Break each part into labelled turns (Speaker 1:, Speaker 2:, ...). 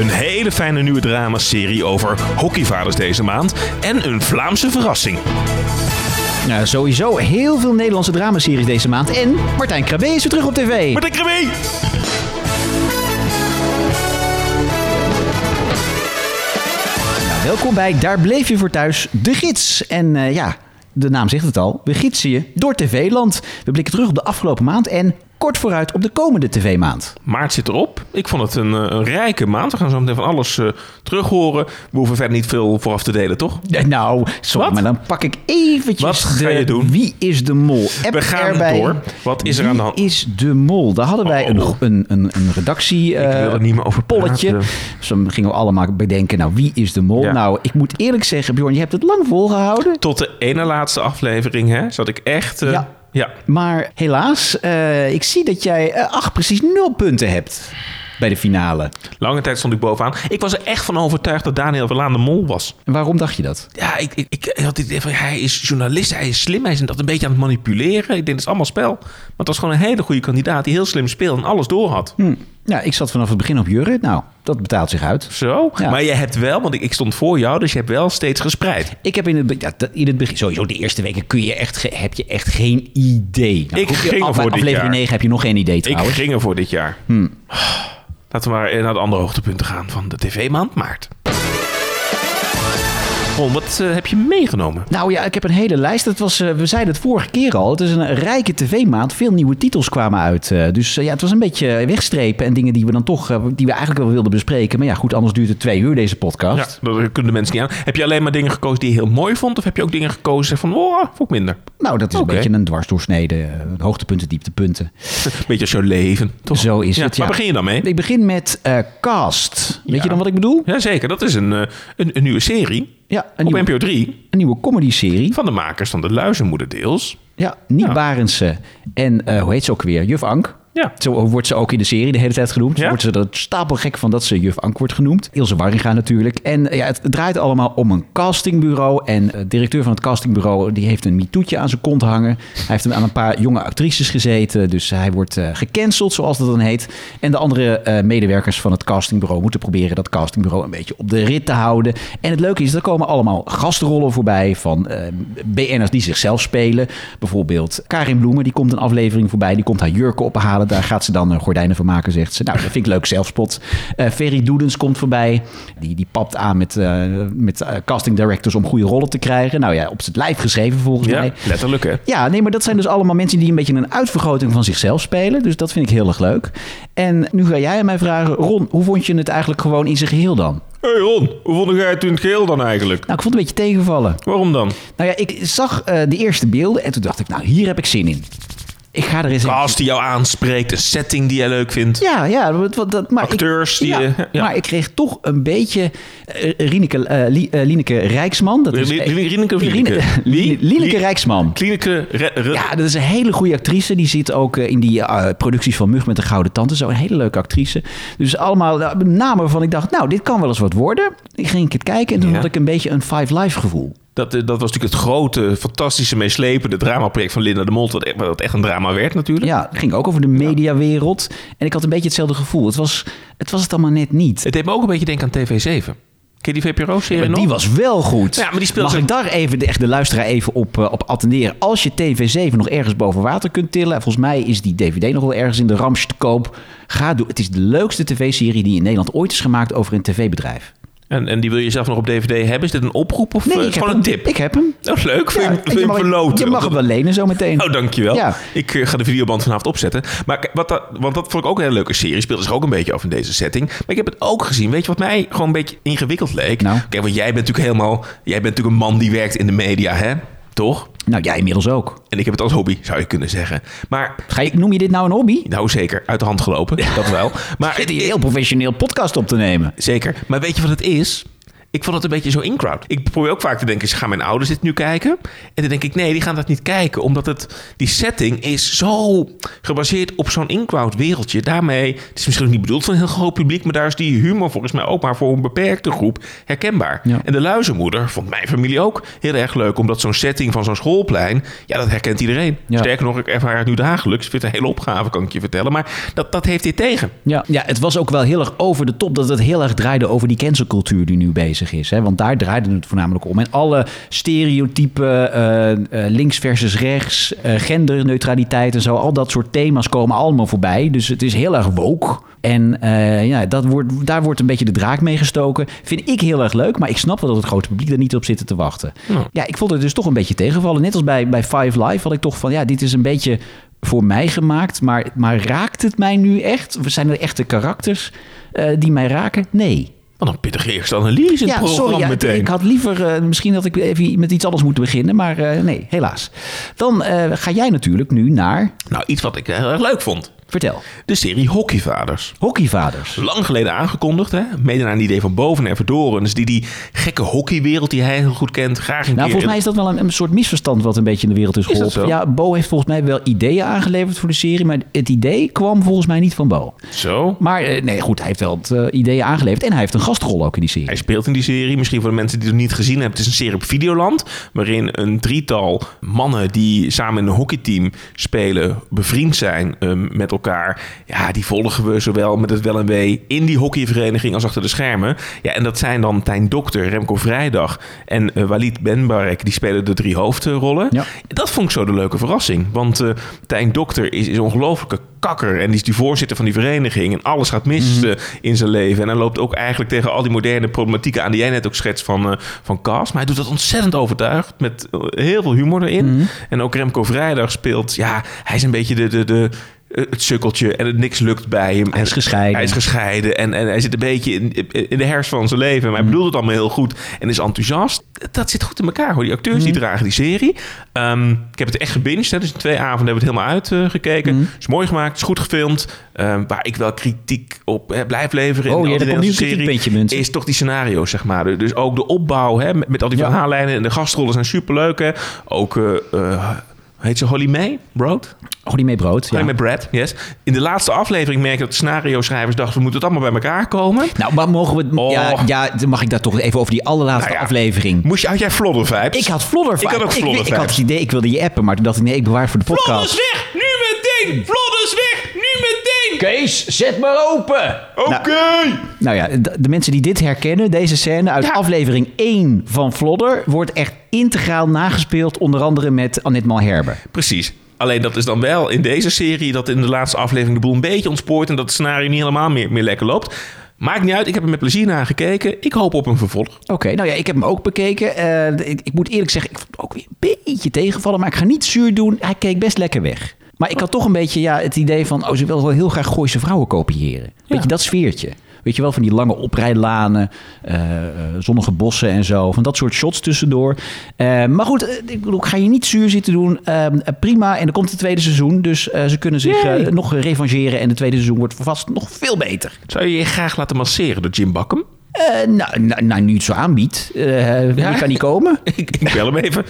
Speaker 1: Een hele fijne nieuwe dramaserie over hockeyvaders deze maand. En een Vlaamse verrassing.
Speaker 2: Nou, sowieso heel veel Nederlandse dramaseries deze maand. En Martijn Krabbe is weer terug op tv.
Speaker 1: Martijn Krabbe!
Speaker 2: Nou, welkom bij Daar bleef je voor thuis, de gids. En eh, ja, de naam zegt het al. We gidsen je door TV-land. We blikken terug op de afgelopen maand en kort vooruit op de komende TV-maand.
Speaker 1: Maart zit erop. Ik vond het een, eh, een rijke maand. We gaan zo meteen van alles eh, terughoren. We hoeven verder niet veel vooraf te delen, toch?
Speaker 2: Eh, Nou, sorry,
Speaker 1: Wat?
Speaker 2: maar dan pak ik eventjes
Speaker 1: Wat ga
Speaker 2: de
Speaker 1: je doen?
Speaker 2: Wie is de mol? App
Speaker 1: We gaan
Speaker 2: erbij.
Speaker 1: door. Wat is er
Speaker 2: Wie
Speaker 1: aan de hand?
Speaker 2: is de mol? Daar hadden wij een,
Speaker 1: Oh.
Speaker 2: een, een, een redactie... eh,
Speaker 1: Ik wil er niet meer over
Speaker 2: polletje.
Speaker 1: praten.
Speaker 2: Dus dan gingen we allemaal bedenken, nou, wie is de mol?
Speaker 1: Ja.
Speaker 2: Nou, ik moet eerlijk zeggen, Bjorn, je hebt het lang volgehouden.
Speaker 1: Tot de ene laatste aflevering, hè? Zat ik echt... eh,
Speaker 2: Ja.
Speaker 1: ja.
Speaker 2: Maar helaas, eh, ik zie dat jij eh, acht precies nul punten hebt bij de finale.
Speaker 1: Lange tijd stond ik bovenaan. Ik was er echt van overtuigd dat Daniel Verlaan de mol was.
Speaker 2: En waarom dacht je dat?
Speaker 1: Ja, ik, ik, ik had het idee van hij is journalist, hij is slim, hij is dat een beetje aan het manipuleren. Ik denk, dat is allemaal spel. Maar het was gewoon een hele goede kandidaat die heel slim speelde en alles door had.
Speaker 2: Hm. Nou, ik zat vanaf het begin op Jurre. Nou, dat betaalt zich uit.
Speaker 1: Zo?
Speaker 2: Ja.
Speaker 1: Maar je hebt wel, want ik, ik stond voor jou, dus je hebt wel steeds gespreid.
Speaker 2: Ik heb in het, be- ja, dat- in het begin, sowieso de eerste weken kun je echt, ge- heb je echt geen idee. Nou,
Speaker 1: Ik
Speaker 2: goed, je-
Speaker 1: ging
Speaker 2: af-
Speaker 1: ervoor
Speaker 2: bij
Speaker 1: dit
Speaker 2: Aflevering
Speaker 1: jaar.
Speaker 2: 9 heb je nog geen idee
Speaker 1: Ik
Speaker 2: trouwens. Hm.
Speaker 1: ging er voor dit jaar. Laten we maar naar de andere hoogtepunten gaan van de tv-maand maart. Ron, wat eh, heb je meegenomen?
Speaker 2: Nou ja, ik heb een hele lijst. Dat was, eh, we zeiden het vorige keer al. Het is een rijke tv-maand. Veel nieuwe titels kwamen uit. eh, dus eh, ja, het was een beetje wegstrepen en dingen die we dan toch, eh, die we eigenlijk wel wilden bespreken. Maar ja, goed, anders duurt het twee uur deze podcast.
Speaker 1: Ja, dat kunnen de mensen niet aan. Heb je alleen maar dingen gekozen die je heel mooi vond? Of heb je ook dingen gekozen van, oh, vond ik minder?
Speaker 2: Nou, dat is
Speaker 1: Oké.
Speaker 2: een beetje een dwarsdoorsnede. eh, Hoogtepunten, dieptepunten.
Speaker 1: Beetje als jouw leven, toch?
Speaker 2: Zo is
Speaker 1: Ja,
Speaker 2: het, ja.
Speaker 1: Waar begin je dan mee?
Speaker 2: Ik begin met eh, Cast. Weet
Speaker 1: Ja.
Speaker 2: je dan wat ik bedoel?
Speaker 1: Jazeker, dat is een, eh, een, een nieuwe serie
Speaker 2: Ja, een
Speaker 1: op
Speaker 2: nieuwe,
Speaker 1: NPO 3
Speaker 2: een nieuwe comedy-serie.
Speaker 1: van de makers van De Luizenmoeder deels.
Speaker 2: Ja, Niek
Speaker 1: Ja.
Speaker 2: Barendse en eh, hoe heet ze ook weer? Juf Ank.
Speaker 1: Ja.
Speaker 2: Zo wordt ze ook in de serie de hele tijd genoemd.
Speaker 1: Ja?
Speaker 2: Wordt ze er stapelgek van dat ze Juf Ank wordt genoemd. Ilse Warringa natuurlijk. En eh, ja, het draait allemaal om een castingbureau. En eh, de directeur van het castingbureau die heeft een mitoetje aan zijn kont hangen. Hij heeft hem aan een paar jonge actrices gezeten. Dus hij wordt eh, gecanceld, zoals dat dan heet. En de andere eh, medewerkers van het castingbureau moeten proberen dat castingbureau een beetje op de rit te houden. En het leuke is, er komen allemaal gastrollen voorbij van eh, BN'ers die zichzelf spelen. Bijvoorbeeld Karin Bloemen, die komt een aflevering voorbij. Die komt haar jurken ophalen. Daar gaat ze dan eh, gordijnen van maken, zegt ze. Nou, dat vind ik leuk, zelfspot. Eh Ferry Doedens komt voorbij. Die, die papt aan met, eh, met eh, casting directors om goede rollen te krijgen. Nou ja, op het lijf geschreven volgens
Speaker 1: Ja,
Speaker 2: mij.
Speaker 1: letterlijk hè.
Speaker 2: Ja, nee, maar dat zijn dus allemaal mensen die een beetje een uitvergroting van zichzelf spelen. Dus dat vind ik heel erg leuk. En nu ga jij aan mij vragen, Ron, hoe vond je het eigenlijk gewoon in zijn geheel dan?
Speaker 1: hey Ron, hoe vond jij het in het geheel dan eigenlijk?
Speaker 2: Nou, ik vond het een beetje tegenvallen.
Speaker 1: Waarom dan?
Speaker 2: Nou ja, ik zag eh, de eerste beelden en toen dacht ik, nou, hier heb ik zin in. Ik ga er eens even-
Speaker 1: Als die jou aanspreekt, een setting die jij leuk vindt.
Speaker 2: Ja, ja. wat- wat- dat, maar
Speaker 1: Acteurs
Speaker 2: ik,
Speaker 1: die,
Speaker 2: ja,
Speaker 1: eh, ja.
Speaker 2: Maar ik kreeg toch een beetje eh, Rieneke, eh, Lie- eh, Lieneke Rijksman. Dat is,
Speaker 1: Lie- Lie- Rieneke of
Speaker 2: Riene-
Speaker 1: Lieneke? Lie-
Speaker 2: Lieneke
Speaker 1: Lie-
Speaker 2: Rijksman.
Speaker 1: Klinieke... re- re-
Speaker 2: Ja, dat is een hele goede actrice. Die zit ook eh, in die eh, producties van Mug met de Gouden Tante. Zo een hele leuke actrice. Dus allemaal eh, namen waarvan ik dacht, nou, dit kan wel eens wat worden. Ik ging het kijken en toen
Speaker 1: Ja.
Speaker 2: had ik een beetje een Five Live gevoel.
Speaker 1: Dat, eh, dat was natuurlijk het grote, fantastische, meeslepende dramaproject van Linda de Mol. Wat, e- wat echt een drama werd natuurlijk.
Speaker 2: Ja, het ging ook over de mediawereld. En ik had een beetje hetzelfde gevoel. Het was het, was het allemaal net niet.
Speaker 1: Het deed me ook een beetje denken aan TV7. Ken je die VPRO-serie
Speaker 2: Maar
Speaker 1: nog?
Speaker 2: die was wel goed.
Speaker 1: Ja, maar die speelt
Speaker 2: Mag
Speaker 1: zo-
Speaker 2: ik daar even de, echt de luisteraar even op, eh, op attenderen? Als je TV7 nog ergens boven water kunt tillen... en volgens mij is die DVD nog wel ergens in de ramsje te koop... ga doen. Het is de leukste tv-serie die in Nederland ooit is gemaakt... over een tv-bedrijf.
Speaker 1: En, en die wil je zelf nog op DVD hebben? Is dit een oproep of eh, gewoon een
Speaker 2: hem.
Speaker 1: tip?
Speaker 2: Ik heb hem.
Speaker 1: Dat is leuk. Vind
Speaker 2: Ja,
Speaker 1: je- vind je hem verloten?
Speaker 2: je mag hem wel lenen zo meteen.
Speaker 1: Oh, dankjewel.
Speaker 2: Ja.
Speaker 1: Ik eh, ga de videoband vanavond opzetten. Maar kijk, wat dat, want dat vond ik ook een hele leuke serie. Speelde zich ook een beetje af in deze setting. Maar ik heb het ook gezien. Weet je wat mij gewoon een beetje ingewikkeld leek?
Speaker 2: Nou.
Speaker 1: Kijk, want jij bent natuurlijk helemaal... Jij bent natuurlijk een man die werkt in de media, hè? Toch?
Speaker 2: Nou, jij inmiddels ook.
Speaker 1: En ik heb het als hobby, zou je kunnen zeggen. Maar,
Speaker 2: Ga je, noem je dit nou een hobby?
Speaker 1: nou zeker, uit de hand gelopen. Dat wel. Maar
Speaker 2: Zit hier een heel professioneel podcast op te nemen.
Speaker 1: Zeker. Maar weet je wat het is? Ik vond het een beetje zo in-crowd. Ik probeer ook vaak te denken, gaan mijn ouders dit nu kijken? En dan denk ik, nee, die gaan dat niet kijken. Omdat het, die setting is zo gebaseerd op zo'n in-crowd wereldje. Daarmee, het is misschien ook niet bedoeld voor een heel groot publiek... maar daar is die humor volgens mij ook maar voor een beperkte groep herkenbaar.
Speaker 2: Ja.
Speaker 1: En de luizenmoeder vond mijn familie ook heel erg leuk. Omdat zo'n setting van zo'n schoolplein, ja, dat herkent iedereen.
Speaker 2: Ja.
Speaker 1: Sterker nog, ik ervaar het nu dagelijks. Ik vind het een hele opgave, kan ik je vertellen. Maar dat, dat heeft dit tegen.
Speaker 2: Ja, ja, het was ook wel heel erg over de top dat het heel erg draaide over die cancelcultuur die nu bezig is. Hè? Want daar draaide het voornamelijk om. En alle stereotypen, eh, eh, links versus rechts, eh, genderneutraliteit en zo, al dat soort thema's komen allemaal voorbij. Dus het is heel erg woke. En eh, ja, dat wordt, daar wordt een beetje de draak mee gestoken. Vind ik heel erg leuk, maar ik snap wel dat het grote publiek er niet op zit te wachten.
Speaker 1: Ja.
Speaker 2: Ja, ik vond het dus toch een beetje tegenvallen. Net als bij, bij Five Live had ik toch van, ja, dit is een beetje voor mij gemaakt. Maar, maar raakt het mij nu echt? Zijn er echte karakters eh, die mij raken? Nee.
Speaker 1: Wat een pittige eerste analyse in het
Speaker 2: Ja,
Speaker 1: programma
Speaker 2: sorry, ja, ik-
Speaker 1: meteen.
Speaker 2: ik had liever eh, misschien dat ik even met iets anders moet beginnen. Maar eh, nee, helaas. Dan eh, ga jij natuurlijk nu naar,
Speaker 1: Nou, iets wat ik heel erg leuk vond.
Speaker 2: vertel,
Speaker 1: De serie Hockeyvaders.
Speaker 2: Hockeyvaders.
Speaker 1: Lang geleden aangekondigd, hè? Mede naar een idee van Boven en Verdoren. Dus die, die gekke hockeywereld die hij heel goed kent, graag een
Speaker 2: Nou,
Speaker 1: keer...
Speaker 2: volgens mij is dat wel een, een soort misverstand wat een beetje in de wereld is
Speaker 1: Is dat
Speaker 2: geholpen.
Speaker 1: zo?
Speaker 2: Ja, Bo heeft volgens mij wel ideeën aangeleverd voor de serie, maar het idee kwam volgens mij niet van Bo.
Speaker 1: Zo.
Speaker 2: Maar eh, nee, goed, hij heeft wel het, eh, ideeën aangeleverd. En hij heeft een gastrol ook in die serie.
Speaker 1: Hij speelt in die serie. Misschien voor de mensen die het nog niet gezien hebben. Het is een serie op Videoland. Waarin een drietal mannen die samen in een hockeyteam spelen. bevriend zijn ehm, met elkaar. Ja, die volgen we zowel met het wel en wee. in die hockeyvereniging als achter de schermen. Ja, en dat zijn dan Tijn Dokter, Remco Vrijdag. en eh, Walid Benbarek. Die spelen de drie hoofdrollen.
Speaker 2: Ja.
Speaker 1: Dat vond ik zo de leuke verrassing. Want eh, Tijn Dokter is, is een ongelofelijke kakker. En die is die voorzitter van die vereniging. En alles gaat mis
Speaker 2: Mhm.
Speaker 1: eh, in zijn leven. En hij loopt ook eigenlijk tegen al die moderne problematieken aan die jij net ook schetst van, eh, van Cas. Maar hij doet dat ontzettend overtuigd. Met eh, heel veel humor erin.
Speaker 2: Mhm.
Speaker 1: En ook Remco Vrijdag speelt. Ja, hij is een beetje de. de, de eh, het sukkeltje en het niks lukt bij hem.
Speaker 2: Hij is
Speaker 1: En
Speaker 2: gescheiden.
Speaker 1: Hij is gescheiden en, en hij zit een beetje in, in de herfst van zijn leven.
Speaker 2: Mm.
Speaker 1: Maar hij bedoelt het allemaal heel goed en is enthousiast. Dat zit goed in elkaar hoor. Die acteurs
Speaker 2: Mm.
Speaker 1: die dragen die serie. Ehm, ik heb het echt gebinged. Hè. Dus in twee avonden hebben we het helemaal uitgekeken.
Speaker 2: Mm.
Speaker 1: is mooi gemaakt, is goed gefilmd. Ehm, waar ik wel kritiek op hè, blijf leveren.
Speaker 2: Oh,
Speaker 1: in
Speaker 2: ja,
Speaker 1: al die
Speaker 2: daar komt nu een
Speaker 1: Nederlandse
Speaker 2: kritiekpuntje, mensen.
Speaker 1: Is toch die scenario's, zeg maar. Dus ook de opbouw hè, met, met al die
Speaker 2: Ja.
Speaker 1: verhaallijnen en de gastrollen zijn superleuk. Hè. Ook... eh, eh, Heet ze Holly May? Broad?
Speaker 2: Oh, die mee brood. Ja.
Speaker 1: Holly May Brad, yes. In de laatste aflevering merk ik dat de scenario-schrijvers dachten... we moeten het allemaal bij elkaar komen.
Speaker 2: Nou, maar mogen we...
Speaker 1: Oh.
Speaker 2: Ja, ja, dan mag ik daar toch even over die allerlaatste
Speaker 1: Nou ja.
Speaker 2: aflevering.
Speaker 1: Moest je, had jij flodder vibes?
Speaker 2: Ik had Flodder
Speaker 1: Ik had ook
Speaker 2: ik,
Speaker 1: Flodder
Speaker 2: ik, ik had
Speaker 1: vibes.
Speaker 2: het idee, ik wilde je appen, maar toen dacht ik, nee, ik bewaar het voor de podcast.
Speaker 1: weg! Nu meteen! Flodders weg! Nu meteen!
Speaker 2: Kees, zet maar open!
Speaker 1: Oké!
Speaker 2: Nou ja, d- de mensen die dit herkennen, deze scène uit
Speaker 1: Ja.
Speaker 2: aflevering 1 van Flodder, wordt echt integraal nagespeeld, onder andere met Annette Malherbe.
Speaker 1: Precies. Alleen dat is dan wel in deze serie dat in de laatste aflevering de boel een beetje ontspoort en dat het scenario niet helemaal meer, meer lekker loopt. Maakt niet uit, ik heb er met plezier naar gekeken. Ik hoop op een vervolg.
Speaker 2: Oké, nou ja, ik heb hem ook bekeken. Eh, ik, ik moet eerlijk zeggen, ik vond hem ook weer een beetje tegenvallen. Maar ik ga niet zuur doen. Hij keek best lekker weg. Maar ik had toch een beetje ja, het idee van... oh, ze wil wel heel graag Gooise vrouwen kopiëren. Weet je, dat sfeertje. Weet je wel, van die lange oprijlanen, eh, eh, zonnige bossen en zo. Van dat soort shots tussendoor. Eh, maar goed, eh, ik bedoel, ik ga je niet zuur zitten doen. Eh, eh, prima, en er komt het tweede seizoen. Dus eh, ze kunnen zich
Speaker 1: Yay.
Speaker 2: eh, nog revancheren. En het tweede seizoen wordt vast nog veel beter.
Speaker 1: Zou je je graag laten masseren door Jim Bakken?
Speaker 2: Eh, nou, nou, nou, nu het zo aanbiedt. eh
Speaker 1: Ja.
Speaker 2: Je kan niet komen.
Speaker 1: Ik, ik bel hem even.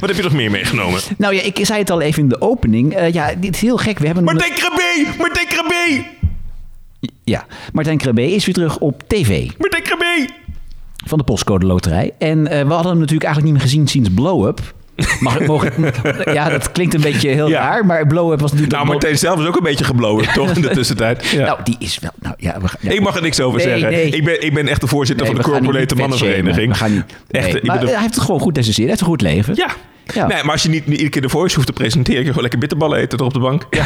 Speaker 1: Wat heb je nog meer meegenomen?
Speaker 2: Nou ja, ik zei het al even in de opening. Eh, ja, dit is heel gek. We hebben
Speaker 1: Martijn Krabbe! Martijn Krabbe!
Speaker 2: ja, Martijn Krabbe is weer terug op tv
Speaker 1: Martijn Krabbe!
Speaker 2: van de Postcode Loterij. En eh, we hadden hem natuurlijk eigenlijk niet meer gezien sinds Blow Up. Mag ik, mogen- ja, dat klinkt een beetje heel
Speaker 1: Ja.
Speaker 2: raar, maar Blow Up was natuurlijk...
Speaker 1: Nou, Martijn zelf is ook een beetje geblowen, toch? In de tussentijd. Ja.
Speaker 2: Nou, die is wel... Nou, ja, we, gaan- ja.
Speaker 1: Ik mag er niks over
Speaker 2: Nee,
Speaker 1: zeggen.
Speaker 2: nee.
Speaker 1: Ik, ben, ik ben echt de voorzitter
Speaker 2: Nee,
Speaker 1: van de
Speaker 2: we gaan niet
Speaker 1: Corporate Mannenvereniging.
Speaker 2: We gaan niet...
Speaker 1: Echt,
Speaker 2: nee,
Speaker 1: ik
Speaker 2: maar eh,
Speaker 1: bedoel-
Speaker 2: hij heeft het gewoon goed deze Hij heeft een goed leven.
Speaker 1: Ja.
Speaker 2: Ja.
Speaker 1: Nee, maar als je niet iedere keer de voice hoeft te presenteren, kun je gewoon lekker bitterballen eten er op de bank. Ja.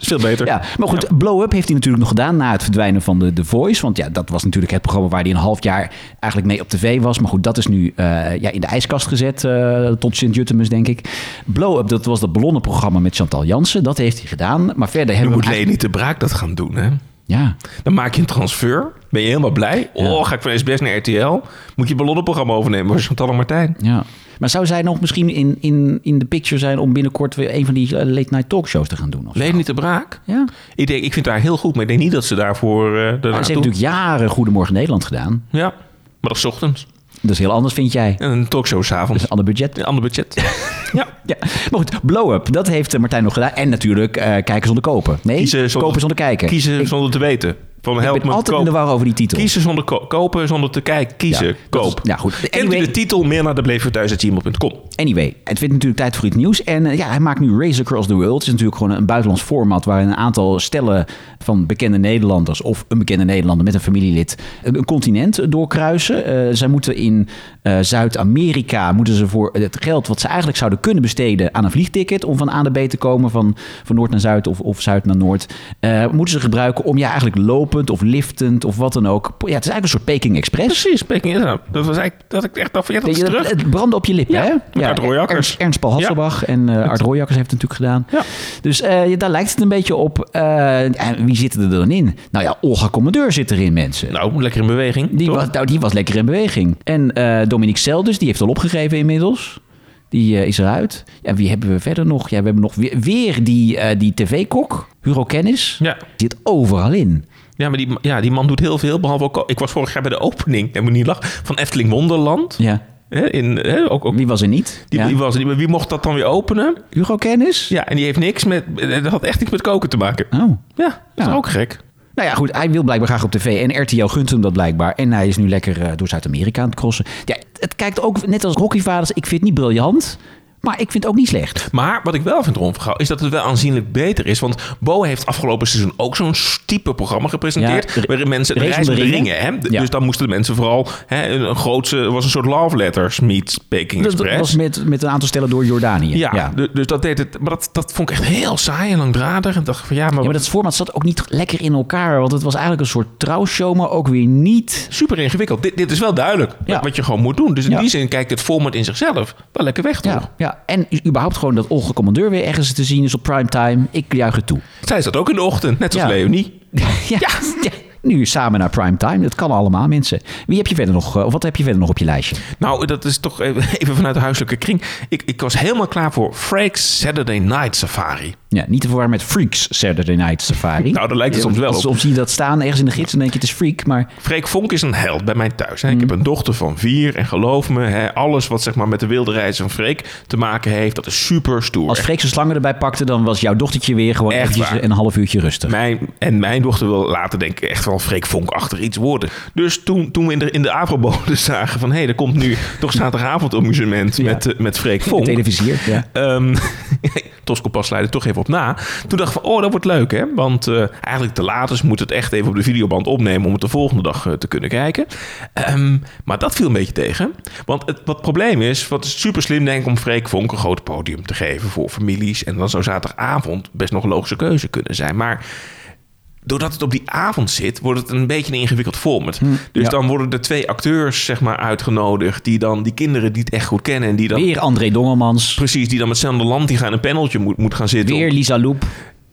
Speaker 1: is veel beter.
Speaker 2: Ja, maar goed, Blow Up heeft hij natuurlijk nog gedaan na het verdwijnen van de The Voice. Want ja, dat was natuurlijk het programma waar hij een half jaar eigenlijk mee op tv was. Maar goed, dat is nu eh, ja, in de ijskast gezet eh, tot Sint-Jutemus, denk ik. Blow Up, dat was dat ballonnenprogramma met Chantal Jansen. Dat heeft hij gedaan. Maar verder
Speaker 1: Nu
Speaker 2: hebben
Speaker 1: moet
Speaker 2: we... eigenlijk-
Speaker 1: Leni de Braak dat gaan doen, hè?
Speaker 2: Ja,
Speaker 1: Dan maak je een transfer. Ben je helemaal blij? Oh, ga ik van SBS naar RTL? Moet je het ballonnenprogramma overnemen voor Chantal en Martijn?
Speaker 2: ja. Maar zou zij nog misschien in, in, in de picture zijn om binnenkort weer een van die eh, late night talkshows te gaan doen? Of zo?
Speaker 1: Leni de Braak?
Speaker 2: Ja.
Speaker 1: Ik, denk, ik vind haar heel goed, maar ik denk niet dat ze daarvoor... eh daarnaartoe-
Speaker 2: Maar ze heeft natuurlijk jaren Goedemorgen Nederland gedaan.
Speaker 1: Ja. Maar dat is ochtends.
Speaker 2: Dat is heel anders, vind jij.
Speaker 1: En een talkshow
Speaker 2: Dat is
Speaker 1: s'avonds.
Speaker 2: een ander budget.
Speaker 1: Een ander budget. ja.
Speaker 2: Ja, maar goed, blow-up, dat heeft eh, Martijn nog gedaan. En natuurlijk eh, kijken zonder kopen. Nee,
Speaker 1: Kiezen zonder-
Speaker 2: kopen zonder kijken.
Speaker 1: Kiezen zonder te weten. Van
Speaker 2: Ik
Speaker 1: help
Speaker 2: ben
Speaker 1: me
Speaker 2: altijd in de
Speaker 1: koop.
Speaker 2: war over die titel.
Speaker 1: Kiezen zonder ko- kopen, zonder te kijken. Kiezen,
Speaker 2: Ja, dat
Speaker 1: koop.
Speaker 2: is- ja, goed.
Speaker 1: Kent u
Speaker 2: Anyway.
Speaker 1: de titel? Meer naar de bleefverthuis.gmail.com.
Speaker 2: Anyway, het vindt natuurlijk tijd voor iets nieuws. En eh, ja, hij maakt nu Race Across the World. Het is natuurlijk gewoon een buitenlands format... waarin een aantal stellen van bekende Nederlanders... of een bekende Nederlander met een familielid... een een continent doorkruisen. Eh, zij moeten in eh, Zuid-Amerika... moeten ze voor het geld wat ze eigenlijk zouden kunnen besteden... aan een vliegticket om van A naar B te komen... van, van Noord naar Zuid of, of Zuid naar Noord... eh, moeten ze gebruiken om ja, eigenlijk lopend of liftend of wat dan ook... Ja, het is eigenlijk een soort Peking Express.
Speaker 1: Precies, Peking Islam. Dat was eigenlijk dat ik echt dacht van ja, dat is
Speaker 2: Ja,
Speaker 1: terug.
Speaker 2: Het brandde op je lippen,
Speaker 1: Ja,
Speaker 2: hè?
Speaker 1: met Art Royakkers.
Speaker 2: Ernst, Ernst Paul Hasselbach en eh Art Royakkers heeft het natuurlijk gedaan.
Speaker 1: Ja.
Speaker 2: Dus eh, ja, daar lijkt het een beetje op. Eh, en wie zitten er dan in? Nou ja, Olga Commandeur zit erin, mensen.
Speaker 1: Nou, lekker in beweging.
Speaker 2: die,
Speaker 1: toch?
Speaker 2: was, nou, die was lekker in beweging. En eh Dominique Selders, die heeft al opgegeven inmiddels. Die eh, is eruit. Ja, wie hebben we verder nog? Ja, we hebben nog weer, weer die, eh, die tv-kok, Huro Kennis.
Speaker 1: Ja.
Speaker 2: Die Zit overal in.
Speaker 1: Ja, maar die, ja, die man doet heel veel. Behalve ook, ik was vorig jaar bij de opening, ik moet niet lachen, van Efteling Wonderland.
Speaker 2: Ja.
Speaker 1: Hè, in, hè, ook, ook,
Speaker 2: Wie was er niet?
Speaker 1: die,
Speaker 2: ja.
Speaker 1: die was, die, wie mocht dat dan weer openen?
Speaker 2: Huro Kennis?
Speaker 1: Ja, en die heeft niks met. eh, Dat had echt niks met koken te maken.
Speaker 2: Oh.
Speaker 1: Ja, dat is
Speaker 2: Ja.
Speaker 1: ook gek.
Speaker 2: Nou ja, goed, hij wil blijkbaar graag op tv. En RTL gunt hem dat blijkbaar. En hij is nu lekker eh, door Zuid-Amerika aan het crossen. Ja, het kijkt ook, net als hockeyvaders, ik vind het niet briljant. Maar ik vind het ook niet slecht.
Speaker 1: Maar wat ik wel vind, Ron Vergouw, is dat het wel aanzienlijk beter is. Want Bo heeft afgelopen seizoen ook zo'n type programma gepresenteerd.
Speaker 2: Ja, de-
Speaker 1: waarin mensen de
Speaker 2: Race
Speaker 1: reis
Speaker 2: om de
Speaker 1: met de
Speaker 2: ringen.
Speaker 1: ringen. Hè? De-
Speaker 2: Ja.
Speaker 1: Dus dan moesten de mensen vooral. Hè, een, een grootse, was een soort love letters meet Peking
Speaker 2: Dat
Speaker 1: Express.
Speaker 2: was met, met een aantal stellen door Jordanië.
Speaker 1: ja, du- dus dat deed het. Maar dat, dat vond ik echt heel saai en langdradig. En dacht ik van ja, maar,
Speaker 2: Ja, maar
Speaker 1: dat
Speaker 2: dat format zat ook niet lekker in elkaar. Want het was eigenlijk een soort trouwshow, maar ook weer niet.
Speaker 1: super ingewikkeld. Dit, dit is wel duidelijk
Speaker 2: Ja.
Speaker 1: wat je gewoon moet doen. Dus in
Speaker 2: Ja.
Speaker 1: die zin kijkt het format in zichzelf wel lekker weg, toch?
Speaker 2: Ja, ja. En überhaupt gewoon dat Olga Commandeur weer ergens te zien is op primetime. Ik juich het toe.
Speaker 1: Zij zat ook in de ochtend, net als
Speaker 2: Ja.
Speaker 1: Leonie.
Speaker 2: ja, ja. Nu samen naar primetime. Dat kan allemaal, mensen. Wie heb je verder nog? eh, Of wat heb je verder nog op je lijstje?
Speaker 1: Nou, dat is toch even even vanuit de huiselijke kring. Ik, ik was helemaal klaar voor Frank's Saturday Night Safari.
Speaker 2: Ja, niet te verwarren met Freaks Saturday Night Safari.
Speaker 1: Nou, dat lijkt het
Speaker 2: Ja,
Speaker 1: soms wel op.
Speaker 2: Soms zie je dat staan ergens in de gids en denk je het is freak, maar
Speaker 1: Freek Vonk is een held bij mij thuis.
Speaker 2: Mm.
Speaker 1: Hè. Ik heb een dochter van vier en geloof me, hè, alles wat zeg maar, met de wilde reis van Freek te maken heeft, dat is super stoer.
Speaker 2: als Freek zijn slangen erbij pakte, dan was jouw dochtertje weer gewoon
Speaker 1: Echt
Speaker 2: eventjes
Speaker 1: waar.
Speaker 2: een half uurtje rustig.
Speaker 1: Mijn, en mijn dochter wil later denk ik echt wel Freek Vonk achter iets worden. Dus toen, toen we in de, in de Avrobode zagen van... hé, hey, er komt nu toch zaterdagavond amusement met, eh, met Freek
Speaker 2: De
Speaker 1: Vonk.
Speaker 2: televisier, ja.
Speaker 1: Ehm Tosco pas leidde toch even op na. Toen dacht ik van, oh, dat wordt leuk, hè? Want eh, eigenlijk te laat is, moet het echt even op de videoband opnemen... om het de volgende dag eh, te kunnen kijken. Ehm, maar dat viel een beetje tegen. Want het, wat het probleem is, wat is super slim denk ik... om Freek Vonk een groot podium te geven voor families. En dan zou zaterdagavond best nog een logische keuze kunnen zijn. Maar doordat het op die avond zit, wordt het een beetje een ingewikkeld format. dus
Speaker 2: ja.
Speaker 1: dan worden er twee acteurs zeg maar, uitgenodigd... die dan die kinderen die het echt goed kennen... en die dan
Speaker 2: Weer André Dongemans,
Speaker 1: Precies, die dan met Sander Lantinga in een paneltje moet, moet gaan zitten.
Speaker 2: weer
Speaker 1: om-
Speaker 2: Lisa Loep.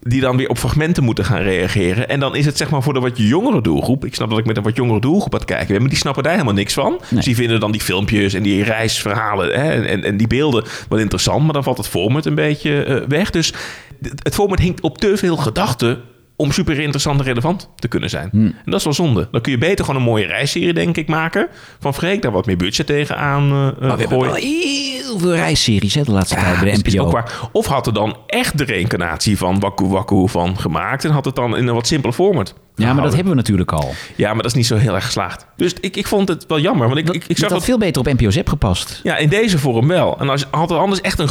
Speaker 1: die dan weer op fragmenten moeten gaan reageren. En dan is het zeg maar voor de wat jongere doelgroep. Ik snap dat ik met een wat jongere doelgroep aan het kijken ben. Maar die snappen daar helemaal niks van. Dus die vinden dan die filmpjes en die reisverhalen hè, en, en, en die beelden wel interessant. Maar dan valt het format een beetje eh, weg. Dus d- het format hinkt op te veel gedachten om super interessant en relevant te kunnen zijn.
Speaker 2: Hmm.
Speaker 1: En dat is wel zonde. Dan kun je beter gewoon een mooie reisserie, denk ik, maken. Van Freek, daar wat meer budget tegenaan eh,
Speaker 2: Maar
Speaker 1: eh
Speaker 2: we hebben
Speaker 1: gooien.
Speaker 2: wel heel veel reisseries hè, de laatste tijd Eh, bij
Speaker 1: is-
Speaker 2: de
Speaker 1: Dus is ook
Speaker 2: NPO.
Speaker 1: waar. Of had er dan echt de reïncarnatie van Waku Waku van gemaakt en had het dan in een wat simpeler format.
Speaker 2: Ja, maar dat
Speaker 1: gehouden.
Speaker 2: hebben we natuurlijk al.
Speaker 1: Ja, maar dat is niet zo heel erg geslaagd. Dus ik, ik vond het wel jammer, want ik, ik, ik
Speaker 2: dat
Speaker 1: zag
Speaker 2: had
Speaker 1: dat...
Speaker 2: veel beter op NPO Zep gepast.
Speaker 1: Ja, in deze vorm wel. En als, had er anders echt een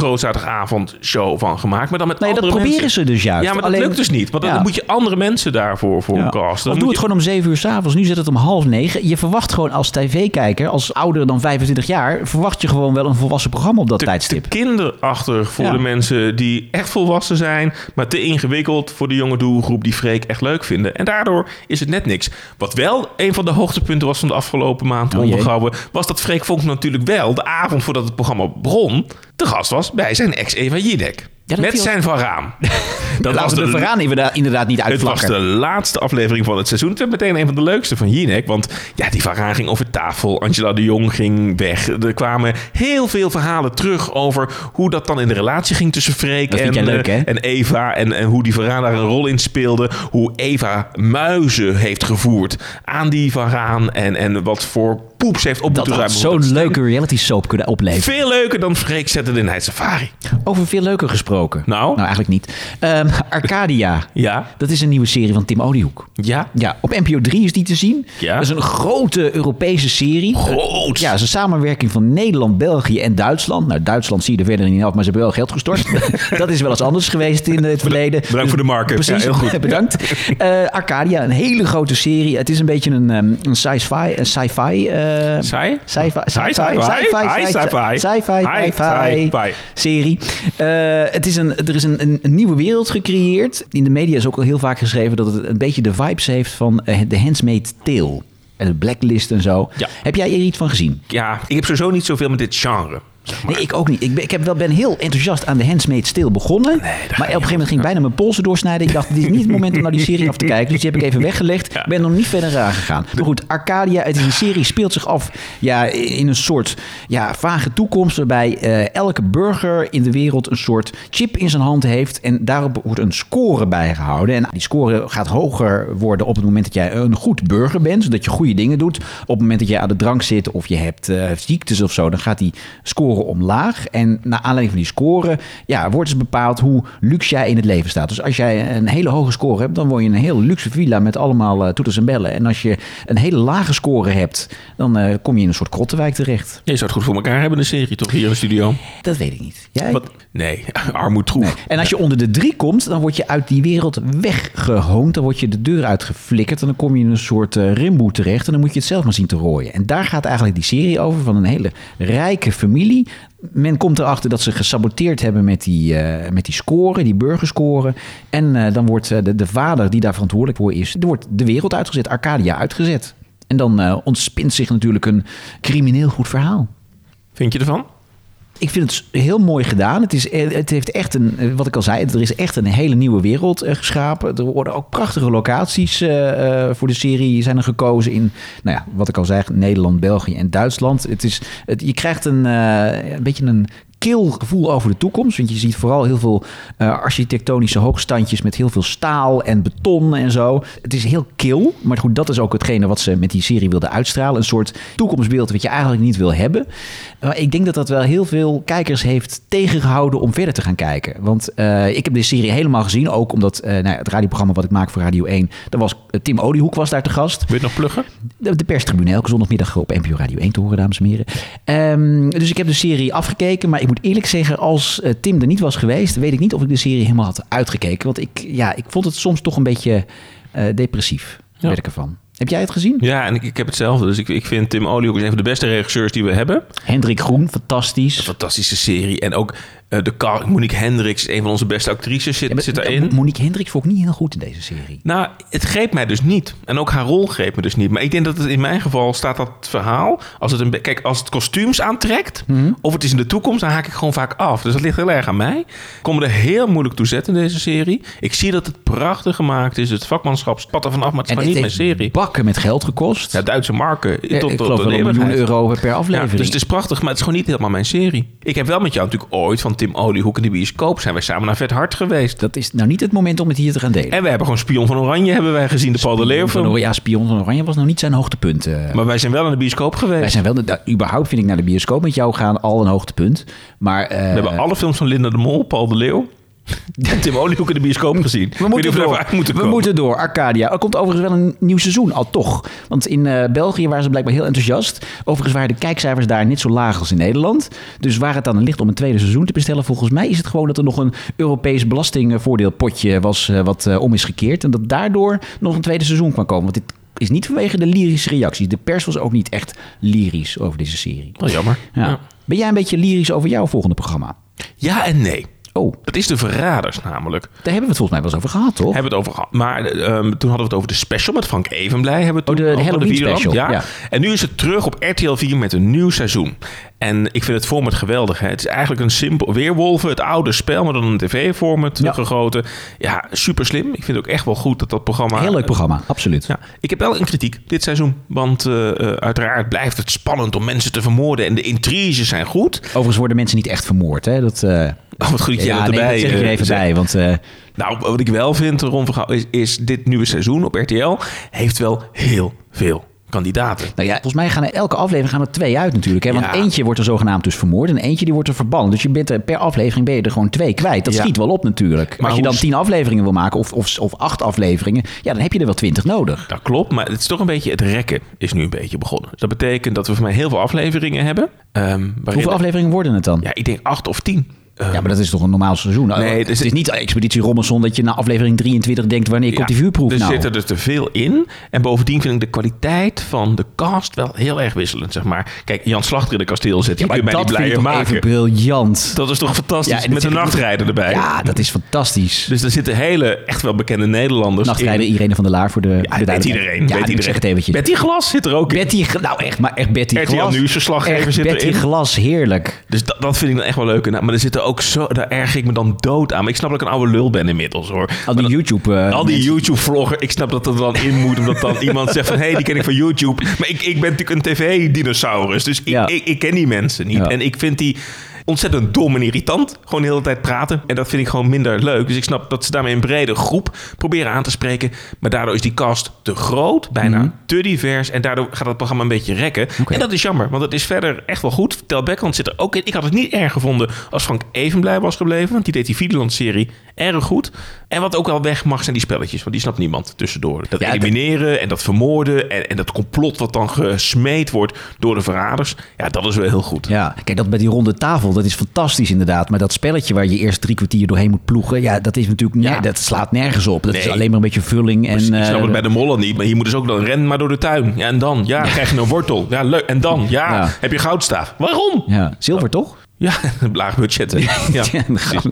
Speaker 1: grootzaterdagavondshow van gemaakt, maar dan met
Speaker 2: Nee, dat
Speaker 1: andere
Speaker 2: proberen
Speaker 1: mensen.
Speaker 2: ze dus juist.
Speaker 1: Ja, maar dat
Speaker 2: Alleen-
Speaker 1: lukt dus niet, want dan
Speaker 2: Ja.
Speaker 1: moet je andere mensen daarvoor voor
Speaker 2: Ja.
Speaker 1: casten.
Speaker 2: Of
Speaker 1: Dan
Speaker 2: doe
Speaker 1: moet
Speaker 2: het
Speaker 1: je-
Speaker 2: gewoon om 7 uur s'avonds. Nu zit het om half negen. Je verwacht gewoon als tv-kijker, als ouder dan 25 jaar, verwacht je gewoon wel een volwassen programma op dat
Speaker 1: te,
Speaker 2: tijdstip.
Speaker 1: te kinderachtig voor
Speaker 2: Ja.
Speaker 1: de mensen die echt volwassen zijn, maar te ingewikkeld voor de jonge doelgroep die Freek echt leuk vinden. En daardoor is het net niks. Wat wel een van de hoogtepunten was van de afgelopen maand,
Speaker 2: Oh jee.
Speaker 1: onbegouwen, was dat Freek Vonk natuurlijk wel de avond voordat het programma begon, te gast was bij zijn ex Eva Jinek.
Speaker 2: dat
Speaker 1: Met
Speaker 2: viel-
Speaker 1: zijn Van Raam. dat
Speaker 2: Laten we de verhaan inderdaad- inderdaad niet
Speaker 1: het was
Speaker 2: uitvlakken.
Speaker 1: de laatste aflevering van het seizoen. Het werd meteen een van de leukste van Jinek. Want ja, die verhaal ging over tafel. Angela de Jong ging weg. Er kwamen heel veel verhalen terug over hoe dat dan in de relatie ging tussen Freek
Speaker 2: Dat vind
Speaker 1: en,
Speaker 2: jij leuk,
Speaker 1: eh,
Speaker 2: hè?
Speaker 1: en Eva. En, en hoe die verhaal daar een rol in speelde. Hoe Eva muizen heeft gevoerd aan die verhaal. En, en wat voor poeps heeft op
Speaker 2: Dat
Speaker 1: moeten
Speaker 2: had
Speaker 1: ruimen.
Speaker 2: zo'n leuke reality soap kunnen opleveren.
Speaker 1: Veel leuker dan Freek Saturday Night Safari.
Speaker 2: Over veel leuker gesproken.
Speaker 1: Nou?
Speaker 2: nou eigenlijk niet. Ehm, Arcadia.
Speaker 1: Ja,
Speaker 2: Dat is een nieuwe serie van Tim Oliehoek.
Speaker 1: ja.
Speaker 2: Ja, op NPO 3 is die te zien.
Speaker 1: Ja.
Speaker 2: Dat is een grote Europese serie.
Speaker 1: Groot.
Speaker 2: Ja, het is een samenwerking van Nederland, België en Duitsland. Nou, Duitsland zie je er verder niet af, maar ze hebben wel geld gestort. dat is wel eens anders geweest in het verleden.
Speaker 1: bedankt voor de marker.
Speaker 2: Precies,
Speaker 1: Ja, heel goed.
Speaker 2: bedankt. Eh, Arcadia, een hele grote serie. Het is een beetje een, ehm, een sci-fi... Een sci-fi eh,
Speaker 1: Saai?
Speaker 2: Sci-fi,
Speaker 1: Hi,
Speaker 2: sci-fi,
Speaker 1: sci-fi. Hi, sci-fi.
Speaker 2: sci-fi, sci-fi,
Speaker 1: Hi,
Speaker 2: sci-fi
Speaker 1: sci-fi.
Speaker 2: serie. Eh, het is een, er is een, een, een nieuwe wereld gecreëerd. In de media is ook al heel vaak geschreven dat het een beetje de vibes heeft van eh, de Handsmaid Tale. En de Blacklist en zo.
Speaker 1: Ja.
Speaker 2: Heb jij er iets van gezien?
Speaker 1: Ja, ik heb sowieso niet zoveel met dit genre. Zeg maar.
Speaker 2: Nee, ik ook niet. Ik ben, ik heb wel, ben heel enthousiast aan de Handsmaid Tale begonnen. maar op een gegeven moment ging ik bijna mijn polsen doorsnijden. Ik dacht, dit is niet het moment om naar die serie af te kijken. Dus die heb ik even weggelegd. Ik ben nog niet verder aan gegaan. Maar goed, Arcadia, het is een serie, speelt zich af ja, in een soort ja, vage toekomst... waarbij eh, elke burger in de wereld een soort chip in zijn hand heeft... en daarop wordt een score bijgehouden. En die score gaat hoger worden op het moment dat jij een goed burger bent... zodat je goede dingen doet. Op het moment dat jij aan de drank zit of je hebt eh, ziektes of zo... dan gaat die score omlaag. En naar aanleiding van die score ja, wordt dus bepaald hoe luxe jij in het leven staat. Dus als jij een hele hoge score hebt, dan word je in een heel luxe villa met allemaal eh, toeters en bellen. En als je een hele lage score hebt, dan eh, kom je in een soort krottenwijk terecht.
Speaker 1: Je zou het goed voor elkaar hebben, een serie, toch? Hier in de studio.
Speaker 2: Dat weet ik niet. Jij?
Speaker 1: Wat? Nee, armoed troef.
Speaker 2: Nee. En als je onder de drie komt, dan word je uit die wereld weggehoond. Dan word je de deur uitgeflikkerd. En dan kom je in een soort eh, rimboe terecht. En dan moet je het zelf maar zien te rooien. En daar gaat eigenlijk die serie over van een hele rijke familie. Men komt erachter dat ze gesaboteerd hebben met die, eh, met die score, die burgerscore. En eh, dan wordt eh, de, de vader die daar verantwoordelijk voor is, er wordt de wereld uitgezet, Arcadia uitgezet. En dan eh, ontspint zich natuurlijk een crimineel goed verhaal.
Speaker 1: Vind je ervan?
Speaker 2: Ik vind het heel mooi gedaan. Het, is, eh, het heeft echt een, eh, wat ik al zei, er is echt een hele nieuwe wereld eh, geschapen. Er worden ook prachtige locaties eh, eh, voor de serie zijn er gekozen in, nou ja, wat ik al zei, Nederland, België en Duitsland. Het is, het, je krijgt een, eh, een beetje een kil gevoel over de toekomst. Want je ziet vooral heel veel eh, architectonische hoogstandjes met heel veel staal en beton en zo. Het is heel kil. Maar goed, dat is ook hetgene wat ze met die serie wilden uitstralen. Een soort toekomstbeeld wat je eigenlijk niet wil hebben. Maar ik denk dat dat wel heel veel kijkers heeft tegengehouden om verder te gaan kijken. Want eh, ik heb deze serie helemaal gezien. Ook omdat eh, nou ja, het radioprogramma wat ik maak voor Radio 1... Daar was, eh, Tim Oliehoek was daar te gast.
Speaker 1: Wil je het nog pluggen?
Speaker 2: De, de perstribune elke zondagmiddag op NPO Radio 1 te horen, dames en heren. Ehm, dus ik heb de serie afgekeken. Maar ik moet eerlijk zeggen, als eh, Tim er niet was geweest... weet ik niet of ik de serie helemaal had uitgekeken. Want ik, ja, ik vond het soms toch een beetje eh, depressief,
Speaker 1: Ja.
Speaker 2: werd ik ervan. Heb jij het gezien?
Speaker 1: Ja, en ik, ik heb hetzelfde. Dus ik, ik vind Tim Oliehoek is een van de beste regisseurs die we hebben.
Speaker 2: Hendrik Groen, fantastisch.
Speaker 1: Fantastische serie. En ook eh, de Kar- Monique Hendricks, een van onze beste actrices, zit, zit daarin.
Speaker 2: Eh, Monique Hendricks vond ik niet heel goed in deze serie.
Speaker 1: Nou, het greep mij dus niet. En ook haar rol greep me dus niet. Maar ik denk dat het in mijn geval staat dat verhaal. Als het een be- kijk, als het kostuums aantrekt.
Speaker 2: Mhm.
Speaker 1: of het is in de toekomst, dan haak ik gewoon vaak af. Dus dat ligt heel erg aan mij. Ik kom er heel moeilijk toe zetten in deze serie. Ik zie dat het prachtig gemaakt is. Het vakmanschap spat er vanaf, maar het is
Speaker 2: En
Speaker 1: maar
Speaker 2: het
Speaker 1: niet mijn
Speaker 2: heeft
Speaker 1: serie.
Speaker 2: bakken met geld gekost.
Speaker 1: Ja, Duitse marken.
Speaker 2: Eh,
Speaker 1: tot,
Speaker 2: ik
Speaker 1: tot,
Speaker 2: geloof
Speaker 1: tot
Speaker 2: wel een
Speaker 1: de
Speaker 2: miljoen
Speaker 1: eeuwigheid.
Speaker 2: euro per aflevering.
Speaker 1: Ja, dus het is prachtig, maar het is gewoon niet helemaal mijn serie. Ik heb wel met jou natuurlijk ooit van Tim Oliehoek in de bioscoop... zijn wij samen naar Vet Hart geweest.
Speaker 2: Dat is nou niet het moment om het hier te gaan delen.
Speaker 1: En we hebben gewoon Spion van Oranje hebben wij gezien, de Paul de Leeuw
Speaker 2: Van
Speaker 1: film.
Speaker 2: Oranje- ja, Spion van Oranje was nou niet zijn hoogtepunt. eh.
Speaker 1: Maar wij zijn wel naar de bioscoop geweest.
Speaker 2: wij zijn wel, nou, überhaupt vind ik naar de bioscoop met jou gaan al een hoogtepunt. Maar eh,
Speaker 1: We hebben alle films van Linda de Mol, Paul de Leeuw... en Tim Oliehoek in de bioscoop gezien. Ik
Speaker 2: we
Speaker 1: weet niet
Speaker 2: moeten
Speaker 1: of we
Speaker 2: door.
Speaker 1: daarvoor uit moeten
Speaker 2: we
Speaker 1: komen.
Speaker 2: moeten door. Arcadia. Er komt overigens wel een nieuw seizoen, al toch. Want in eh, België waren ze blijkbaar heel enthousiast. Overigens waren de kijkcijfers daar niet zo laag als in Nederland. Dus waar het dan aan ligt om een tweede seizoen te bestellen, volgens mij is het gewoon dat er nog een Europees belastingvoordeelpotje was eh, wat eh, om is gekeerd. En dat daardoor nog een tweede seizoen kwam komen. Want dit is niet vanwege de lyrische reacties. De pers was ook niet echt lyrisch over deze serie.
Speaker 1: Wel Oh, jammer.
Speaker 2: Ja.
Speaker 1: Ja.
Speaker 2: Ben jij een beetje lyrisch over jouw volgende programma?
Speaker 1: Ja en nee.
Speaker 2: Oh,
Speaker 1: Dat is de Verraders namelijk.
Speaker 2: daar hebben we het volgens mij wel eens over gehad, toch?
Speaker 1: Hebben we het over gehad. Maar ehm, toen hadden we het over de special met Frank Evenblij. Hebben we
Speaker 2: Oh,
Speaker 1: toen
Speaker 2: de- de
Speaker 1: over
Speaker 2: Halloween
Speaker 1: videoland.
Speaker 2: special,
Speaker 1: Ja.
Speaker 2: ja.
Speaker 1: En nu is het terug op RTL 4 met een nieuw seizoen. En ik vind het format geweldig. Hè? Het is eigenlijk een simpel... Weerwolven, het oude spel, maar dan een tv-format
Speaker 2: Ja.
Speaker 1: gegoten. Ja, super slim. Ik vind het ook echt wel goed dat dat programma...
Speaker 2: Heel leuk programma, absoluut.
Speaker 1: Ja, ik heb wel een kritiek dit seizoen. Want eh, eh, uiteraard blijft het spannend om mensen te vermoorden. En de intriges zijn goed.
Speaker 2: Overigens worden mensen niet echt vermoord, hè? Dat, eh,
Speaker 1: Oh, wat goed dat je
Speaker 2: ja,
Speaker 1: dat
Speaker 2: nee,
Speaker 1: erbij
Speaker 2: dat zeg ik er
Speaker 1: eh,
Speaker 2: even
Speaker 1: zegt.
Speaker 2: bij, want eh,
Speaker 1: Nou, wat ik wel vind, Ron van Gaal, is, is dit nieuwe seizoen op RTL heeft wel heel veel kandidaten.
Speaker 2: Nou ja, volgens mij gaan er elke aflevering gaan er twee uit natuurlijk. Hè? Want
Speaker 1: Ja.
Speaker 2: eentje wordt er zogenaamd dus vermoord en eentje die wordt er verbannen. Dus je bent er, per aflevering ben je er gewoon twee kwijt. Dat
Speaker 1: Ja.
Speaker 2: schiet wel op natuurlijk.
Speaker 1: Maar
Speaker 2: Als je
Speaker 1: hoe
Speaker 2: dan
Speaker 1: is-
Speaker 2: tien afleveringen wil maken of, of, of acht afleveringen, ja, dan heb je er wel twintig nodig.
Speaker 1: Dat klopt, maar het is toch een beetje het rekken is nu een beetje begonnen. Dus dat betekent dat we voor mij heel veel afleveringen hebben. ehm, waarin-
Speaker 2: Hoeveel afleveringen worden het dan? Ja.
Speaker 1: Ja, ik denk acht of tien. Ehm,
Speaker 2: maar dat is toch een normaal seizoen?
Speaker 1: Nee,
Speaker 2: het
Speaker 1: dus-
Speaker 2: is niet Expeditie Robinson dat je na aflevering 23 denkt... wanneer
Speaker 1: ja,
Speaker 2: komt die vuurproef
Speaker 1: er
Speaker 2: nou?
Speaker 1: zit er dus te veel in. En bovendien vind ik de kwaliteit van de cast wel heel erg wisselend, zeg maar. Kijk, Jan Slachter in de kasteel zit.
Speaker 2: Ja,
Speaker 1: die kun je mij niet
Speaker 2: dat vind ik
Speaker 1: blijer
Speaker 2: toch
Speaker 1: maken.
Speaker 2: even briljant.
Speaker 1: Dat is toch fantastisch?
Speaker 2: en
Speaker 1: Met
Speaker 2: dat
Speaker 1: een
Speaker 2: zit-
Speaker 1: nachtrijder erbij.
Speaker 2: Ja, dat is fantastisch.
Speaker 1: Dus er zitten hele, echt wel bekende Nederlanders
Speaker 2: Nachtrijder
Speaker 1: in.
Speaker 2: Irene van der Laar voor de
Speaker 1: Ja, weet iedereen.
Speaker 2: Ja,
Speaker 1: weet
Speaker 2: ik
Speaker 1: iedereen.
Speaker 2: zeg het eventjes.
Speaker 1: Betty Glas zit er ook in.
Speaker 2: Betty, Gl- nou echt, maar echt Betty
Speaker 1: RTL
Speaker 2: Glas.
Speaker 1: Nieuws verslaggever
Speaker 2: Echt
Speaker 1: zit
Speaker 2: Betty
Speaker 1: erin.
Speaker 2: Glas, heerlijk.
Speaker 1: Dus dat, dat vind ik dan echt wel leuk. En, maar er zitten ook zo, daar erg ik me dan dood aan. Maar ik snap dat ik een oude lul ben inmiddels hoor.
Speaker 2: Al
Speaker 1: Maar
Speaker 2: die
Speaker 1: dat-
Speaker 2: YouTube... eh,
Speaker 1: al die
Speaker 2: mensen.
Speaker 1: YouTube-vlogger, ik snap dat dat er dan in moet. Omdat dan iemand zegt van, hé, hey, die ken ik van YouTube. Maar ik, ik ben natuurlijk een tv-dinosaurus. Dus ik,
Speaker 2: Ja.
Speaker 1: ik, ik ken die mensen niet.
Speaker 2: Ja.
Speaker 1: En ik vind die ontzettend dom en irritant. Gewoon de hele tijd praten. En dat vind ik gewoon minder leuk. Dus ik snap dat ze daarmee een brede groep proberen aan te spreken. Maar daardoor is die cast te groot, bijna te divers. En daardoor gaat dat programma een beetje rekken. En dat is jammer, want het is verder echt wel goed. Tel Beckhand zit er ook in. Ik had het niet erg gevonden als Frank Evenblij was gebleven. Want die deed die Videoland-serie erg goed. En wat ook wel weg mag zijn die spelletjes. Want die snapt niemand tussendoor. Dat
Speaker 2: Ja, dat-
Speaker 1: elimineren en dat vermoorden. En, en dat complot wat dan gesmeed wordt door de verraders. Ja, dat is wel heel goed.
Speaker 2: Ja, kijk, dat bij die ronde tafel, dat is fantastisch inderdaad. Maar dat spelletje waar je eerst drie kwartier doorheen moet ploegen... ja, dat is natuurlijk... ne-
Speaker 1: Ja.
Speaker 2: Dat slaat nergens op. Dat is
Speaker 1: Nee.
Speaker 2: alleen maar een beetje vulling en...
Speaker 1: ik snap
Speaker 2: eh,
Speaker 1: het bij de mollen niet, maar hier moeten ze ook dan rennen maar door de tuin. Ja, en dan? Ja, dan krijg je een wortel. Ja, leuk. En dan? Ja,
Speaker 2: Ja.
Speaker 1: heb je goudstaaf. Waarom?
Speaker 2: Ja, zilver toch?
Speaker 1: Ja, laag budget. hè. Ja.
Speaker 2: Ja,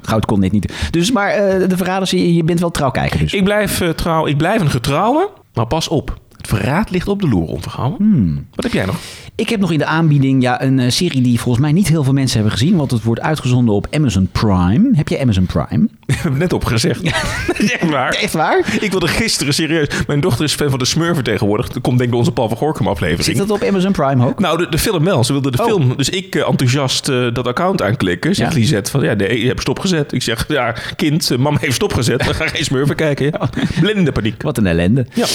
Speaker 2: goud kon dit niet. Dus, maar eh, de verraders, je, je bent wel trouwkijker dus.
Speaker 1: Ik blijf eh, trouw, ik blijf een getrouwe, maar pas op. Het verraad ligt op de loer, onverhouden. Wat heb jij nog?
Speaker 2: Ik heb nog in de aanbieding ja, een eh, serie die volgens mij niet heel veel mensen hebben gezien... want het wordt uitgezonden op Amazon Prime. Heb jij Amazon Prime?
Speaker 1: Ik heb het net opgezegd. Echt waar.
Speaker 2: Echt waar?
Speaker 1: Ik wilde gisteren serieus. Mijn dochter is fan van de Smurfen tegenwoordig. Dat komt denk ik bij onze Paul van Gorkum
Speaker 2: Zit
Speaker 1: aflevering.
Speaker 2: dat op Amazon Prime ook?
Speaker 1: Nou, de, de film wel. Ze wilde de film. Dus ik eh, enthousiast eh, dat account aanklikken. Zegt
Speaker 2: Ja.
Speaker 1: Lisette van, ja, nee, je hebt stopgezet. Ik zeg, ja, kind, eh, mama heeft stopgezet. We gaan geen smurfen kijken. Ja. Blinde paniek.
Speaker 2: Wat een ellende.
Speaker 1: Ja.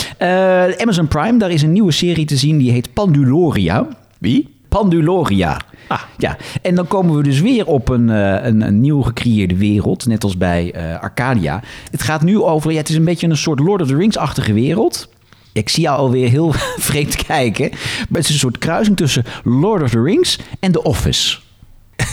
Speaker 2: Eh, Amazon Prime, daar is een nieuwe serie te zien die heet Panduloria.
Speaker 1: Wie?
Speaker 2: Panduloria.
Speaker 1: Ah.
Speaker 2: Ja, en dan komen we dus weer op een, eh, een, een nieuw gecreëerde wereld, net als bij eh, Arcadia. Het gaat nu over, ja, het is een beetje een soort Lord of the Rings-achtige wereld. Ik zie jou alweer heel vreemd kijken. Maar het is een soort kruising tussen Lord of the Rings en The Office.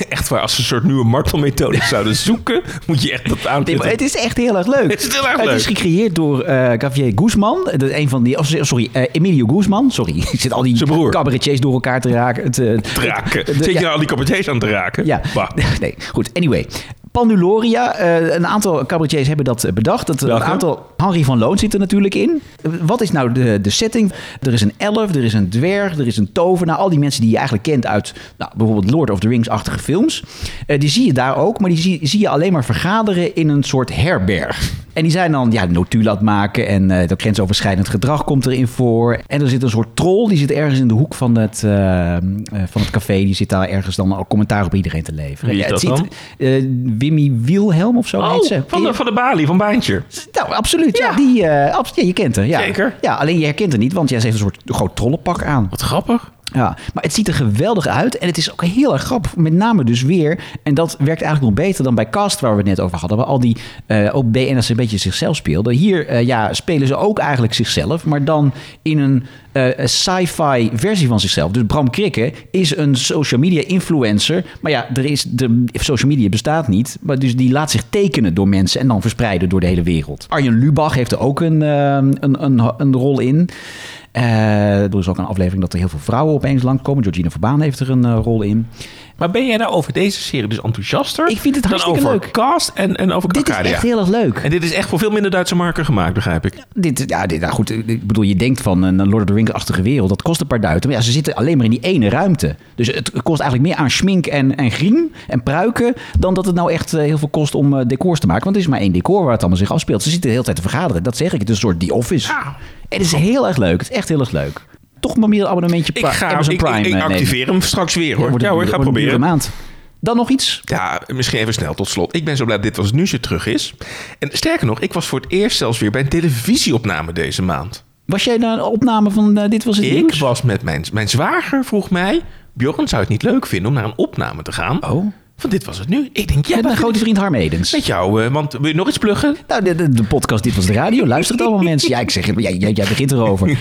Speaker 1: Echt waar, als ze een soort nieuwe martelmethode zouden zoeken, moet je echt dat
Speaker 2: Nee, maar
Speaker 1: aanklikken.
Speaker 2: het is echt heel erg leuk.
Speaker 1: Het is heel erg leuk.
Speaker 2: is gecreëerd door eh Javier Guzman. Dat is een van die, oh, sorry, eh, Emilio Guzman. Sorry, ik zit al
Speaker 1: Zijn
Speaker 2: die
Speaker 1: broer.
Speaker 2: cabaretiers door elkaar te raken. Te,
Speaker 1: te raken.
Speaker 2: De-
Speaker 1: Zit je
Speaker 2: ja.
Speaker 1: nou al die kapiteins aan te raken?
Speaker 2: ja,
Speaker 1: Bah.
Speaker 2: nee, goed. Anyway, Panduloria. eh, een aantal cabaretiers hebben dat eh, bedacht. Dat, een
Speaker 1: Welke?
Speaker 2: aantal, Henry van Loon zit er natuurlijk in. Eh, Wat is nou de, de setting? Er is een elf, er is een dwerg, er is een tovenaar. Al die mensen die je eigenlijk kent uit nou, bijvoorbeeld Lord of the Rings-achtige films. eh, die zie je daar ook, maar die zie, zie je alleen maar vergaderen in een soort herberg. En die zijn dan ja, notulen aan het maken en eh, dat grensoverschrijdend gedrag komt erin voor. En er zit een soort troll, die zit ergens in de hoek van het, eh, eh, van het café. Die zit daar ergens dan al commentaar op iedereen te leveren.
Speaker 1: Wie is
Speaker 2: Ja, het
Speaker 1: dat
Speaker 2: ziet, eh, Wimmy Wilhelm of zo heet
Speaker 1: Oh,
Speaker 2: ze.
Speaker 1: van de, van de balie, van Baantje.
Speaker 2: Nou, absoluut. Ja,
Speaker 1: Ja.
Speaker 2: die, eh, abs- ja, je kent haar. Ja.
Speaker 1: Zeker.
Speaker 2: Ja, alleen je herkent haar niet, want jij heeft een soort groot trollenpak aan.
Speaker 1: Wat grappig.
Speaker 2: Ja, maar het ziet er geweldig uit en het is ook heel erg grappig. Met name dus weer, en dat werkt eigenlijk nog beter dan bij Cast waar we het net over hadden. Waar al die eh ook BN'ers een beetje zichzelf speelden. Hier eh, ja, spelen ze ook eigenlijk zichzelf, maar dan in een eh, een sci-fi versie van zichzelf. Dus Bram Krikke is een social media influencer. Maar ja, er is, de social media bestaat niet. Maar dus die laat zich tekenen door mensen en dan verspreiden door de hele wereld. Arjen Lubach heeft er ook een, eh, een, een, een rol in. Eh, er is ook een aflevering dat er heel veel vrouwen opeens langskomen. Georgina Verbaan heeft er een eh, rol in.
Speaker 1: Maar ben jij nou over deze serie dus enthousiaster?
Speaker 2: Ik vind het hartstikke
Speaker 1: dan over
Speaker 2: leuk.
Speaker 1: Cast en, en over
Speaker 2: Dit is
Speaker 1: Arcadia?
Speaker 2: echt heel erg leuk.
Speaker 1: En dit is echt voor veel minder Duitse marken gemaakt, begrijp ik.
Speaker 2: Dit, ja, dit, nou goed, ik bedoel, je denkt van een Lord of the Rings-achtige wereld. Dat kost een paar duiten. Maar ja, ze zitten alleen maar in die ene ruimte. Dus het kost eigenlijk meer aan schmink en, en griem en pruiken... dan dat het nou echt eh, heel veel kost om eh, decors te maken. Want het is maar één decor waar het allemaal zich afspeelt. Ze zitten de hele tijd te vergaderen. Dat zeg ik. Het is een soort The Office.
Speaker 1: Ja.
Speaker 2: Het is heel erg leuk. Het is echt heel erg leuk. Toch maar meer een abonnementje
Speaker 1: Ik
Speaker 2: Pri-
Speaker 1: ga
Speaker 2: Amazon
Speaker 1: ik,
Speaker 2: Prime
Speaker 1: ik, ik
Speaker 2: eh, nemen.
Speaker 1: activeer hem straks weer hoor.
Speaker 2: Wordt
Speaker 1: Ja,
Speaker 2: een
Speaker 1: hoor, ik
Speaker 2: dure-
Speaker 1: ga
Speaker 2: wordt een dure
Speaker 1: proberen.
Speaker 2: maand. Dan nog iets?
Speaker 1: Ja, misschien even snel tot slot. Ik ben zo blij dat dit was nieuws weer terug is. En sterker nog, ik was voor het eerst zelfs weer bij een televisieopname deze maand.
Speaker 2: Was jij naar een opname van eh, Dit Was Het
Speaker 1: Ik
Speaker 2: Nieuws?
Speaker 1: was met mijn, mijn zwager, vroeg mij... Bjorn, zou je het niet leuk vinden om naar een opname te gaan?
Speaker 2: Oh.
Speaker 1: Van dit was het nu. Ik denk, ja,
Speaker 2: Met
Speaker 1: dat
Speaker 2: mijn
Speaker 1: vind
Speaker 2: grote
Speaker 1: ik
Speaker 2: vriend Harm Edens.
Speaker 1: met jou. eh, want wil je nog iets pluggen?
Speaker 2: Nou, de, de, de podcast Dit Was De Radio. Luister het allemaal mensen. Ja, ik zeg het. maar Jij, jij, jij begint erover.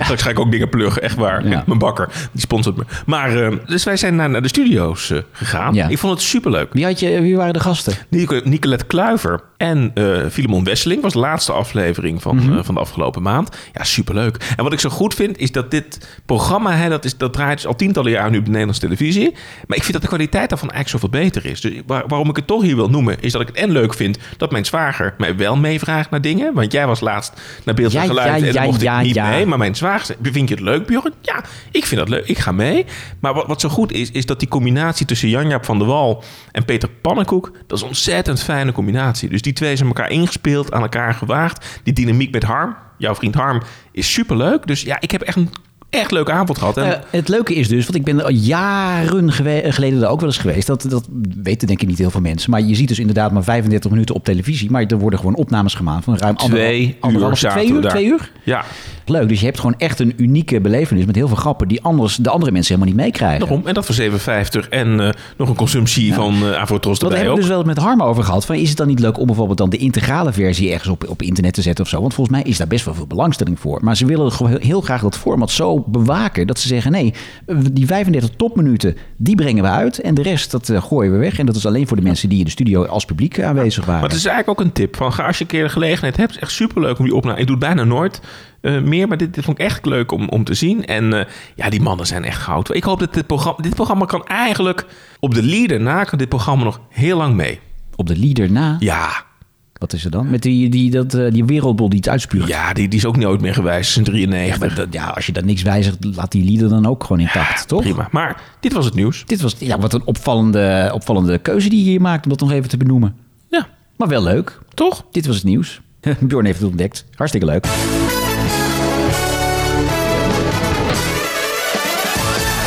Speaker 1: Straks ga ik ook dingen pluggen, echt waar.
Speaker 2: Ja.
Speaker 1: Mijn bakker, die sponsort me. Maar, eh, dus wij zijn naar, naar de studio's eh, gegaan.
Speaker 2: Ja.
Speaker 1: Ik vond het superleuk.
Speaker 2: Wie, had je, wie waren de gasten?
Speaker 1: Nico- Nicolette Kluiver en eh Filemon Wesseling was de laatste aflevering van,
Speaker 2: Mhm.
Speaker 1: eh, van de afgelopen maand. Ja, superleuk. En wat ik zo goed vind, is dat dit programma, hè, dat, is, dat draait dus al tientallen jaren nu op de Nederlandse televisie. Maar ik vind dat de kwaliteit daarvan eigenlijk zoveel beter is. Dus waar- waarom ik het toch hier wil noemen, is dat ik het en leuk vind dat mijn zwager mij wel meevraagt naar dingen. Want jij was laatst naar beeld en
Speaker 2: Ja,
Speaker 1: geluid
Speaker 2: ja,
Speaker 1: en dan
Speaker 2: ja,
Speaker 1: mocht
Speaker 2: ja,
Speaker 1: ik niet
Speaker 2: ja.
Speaker 1: mee. Maar mijn zwager zei, vind je het leuk, Björn? Ja, ik vind dat leuk. Ik ga mee. Maar wat, wat zo goed is, is dat die combinatie tussen Janjaap van der Wal en Peter Pannenkoek, dat is een ontzettend fijne combinatie. Dus die twee zijn elkaar ingespeeld, aan elkaar gewaagd. Die dynamiek met Harm, jouw vriend Harm, is superleuk. Dus ja, ik heb echt een echt leuke avond gehad. En
Speaker 2: Eh, het leuke is dus, want ik ben er al jaren gewe- eh, geleden daar ook wel eens geweest. Dat, dat weten denk ik niet heel veel mensen. Maar je ziet dus inderdaad maar 35 minuten op televisie. Maar er worden gewoon opnames gemaakt van ruim ander-
Speaker 1: Twee
Speaker 2: anderhalf,
Speaker 1: uur
Speaker 2: twee
Speaker 1: zaten we
Speaker 2: uur.
Speaker 1: daar.
Speaker 2: Twee uur?
Speaker 1: ja,
Speaker 2: Leuk, dus je hebt gewoon echt een unieke belevenis met heel veel grappen die anders de andere mensen helemaal niet meekrijgen.
Speaker 1: daarom. En dat voor 7,50 en eh, nog een consumptie van eh Avrotros
Speaker 2: Want daar
Speaker 1: erbij
Speaker 2: hebben
Speaker 1: ook.
Speaker 2: we dus wel met Harm over gehad. Van, is het dan niet leuk om bijvoorbeeld dan de integrale versie ergens op, op internet te zetten of zo? Want volgens mij is daar best wel veel belangstelling voor. Maar ze willen gewoon heel graag dat format zo bewaken dat ze zeggen: nee, die 35 topminuten, die brengen we uit. En de rest, dat eh, gooien we weg. En dat is alleen voor de mensen die in de studio als publiek aanwezig waren.
Speaker 1: Maar het is eigenlijk ook een tip. Van, ga als je een keer de gelegenheid hebt. Het is echt superleuk om die opname. Ik doe het bijna nooit eh, meer. Maar dit, dit vond ik echt leuk om, om te zien. En eh, ja, die mannen zijn echt goud. Ik hoop dat dit programma... Dit programma kan eigenlijk... Op de leader na kan dit programma nog heel lang mee.
Speaker 2: Op de leader na,
Speaker 1: Ja.
Speaker 2: wat is er dan? Met die, die, dat, eh, die wereldbol die het uitspuugt.
Speaker 1: Ja, die, die is ook nooit meer gewijzigd sinds
Speaker 2: Ja,
Speaker 1: 93.
Speaker 2: maar dat- ja, als je daar niks wijzigt, laat die leader dan ook gewoon intact, toch?
Speaker 1: Prima. Maar dit was het nieuws.
Speaker 2: Dit was ja, wat een opvallende, opvallende keuze die je hier maakt om dat nog even te benoemen.
Speaker 1: Ja,
Speaker 2: Maar wel leuk.
Speaker 1: toch?
Speaker 2: Dit was het nieuws. Bjorn heeft het ontdekt. Hartstikke leuk.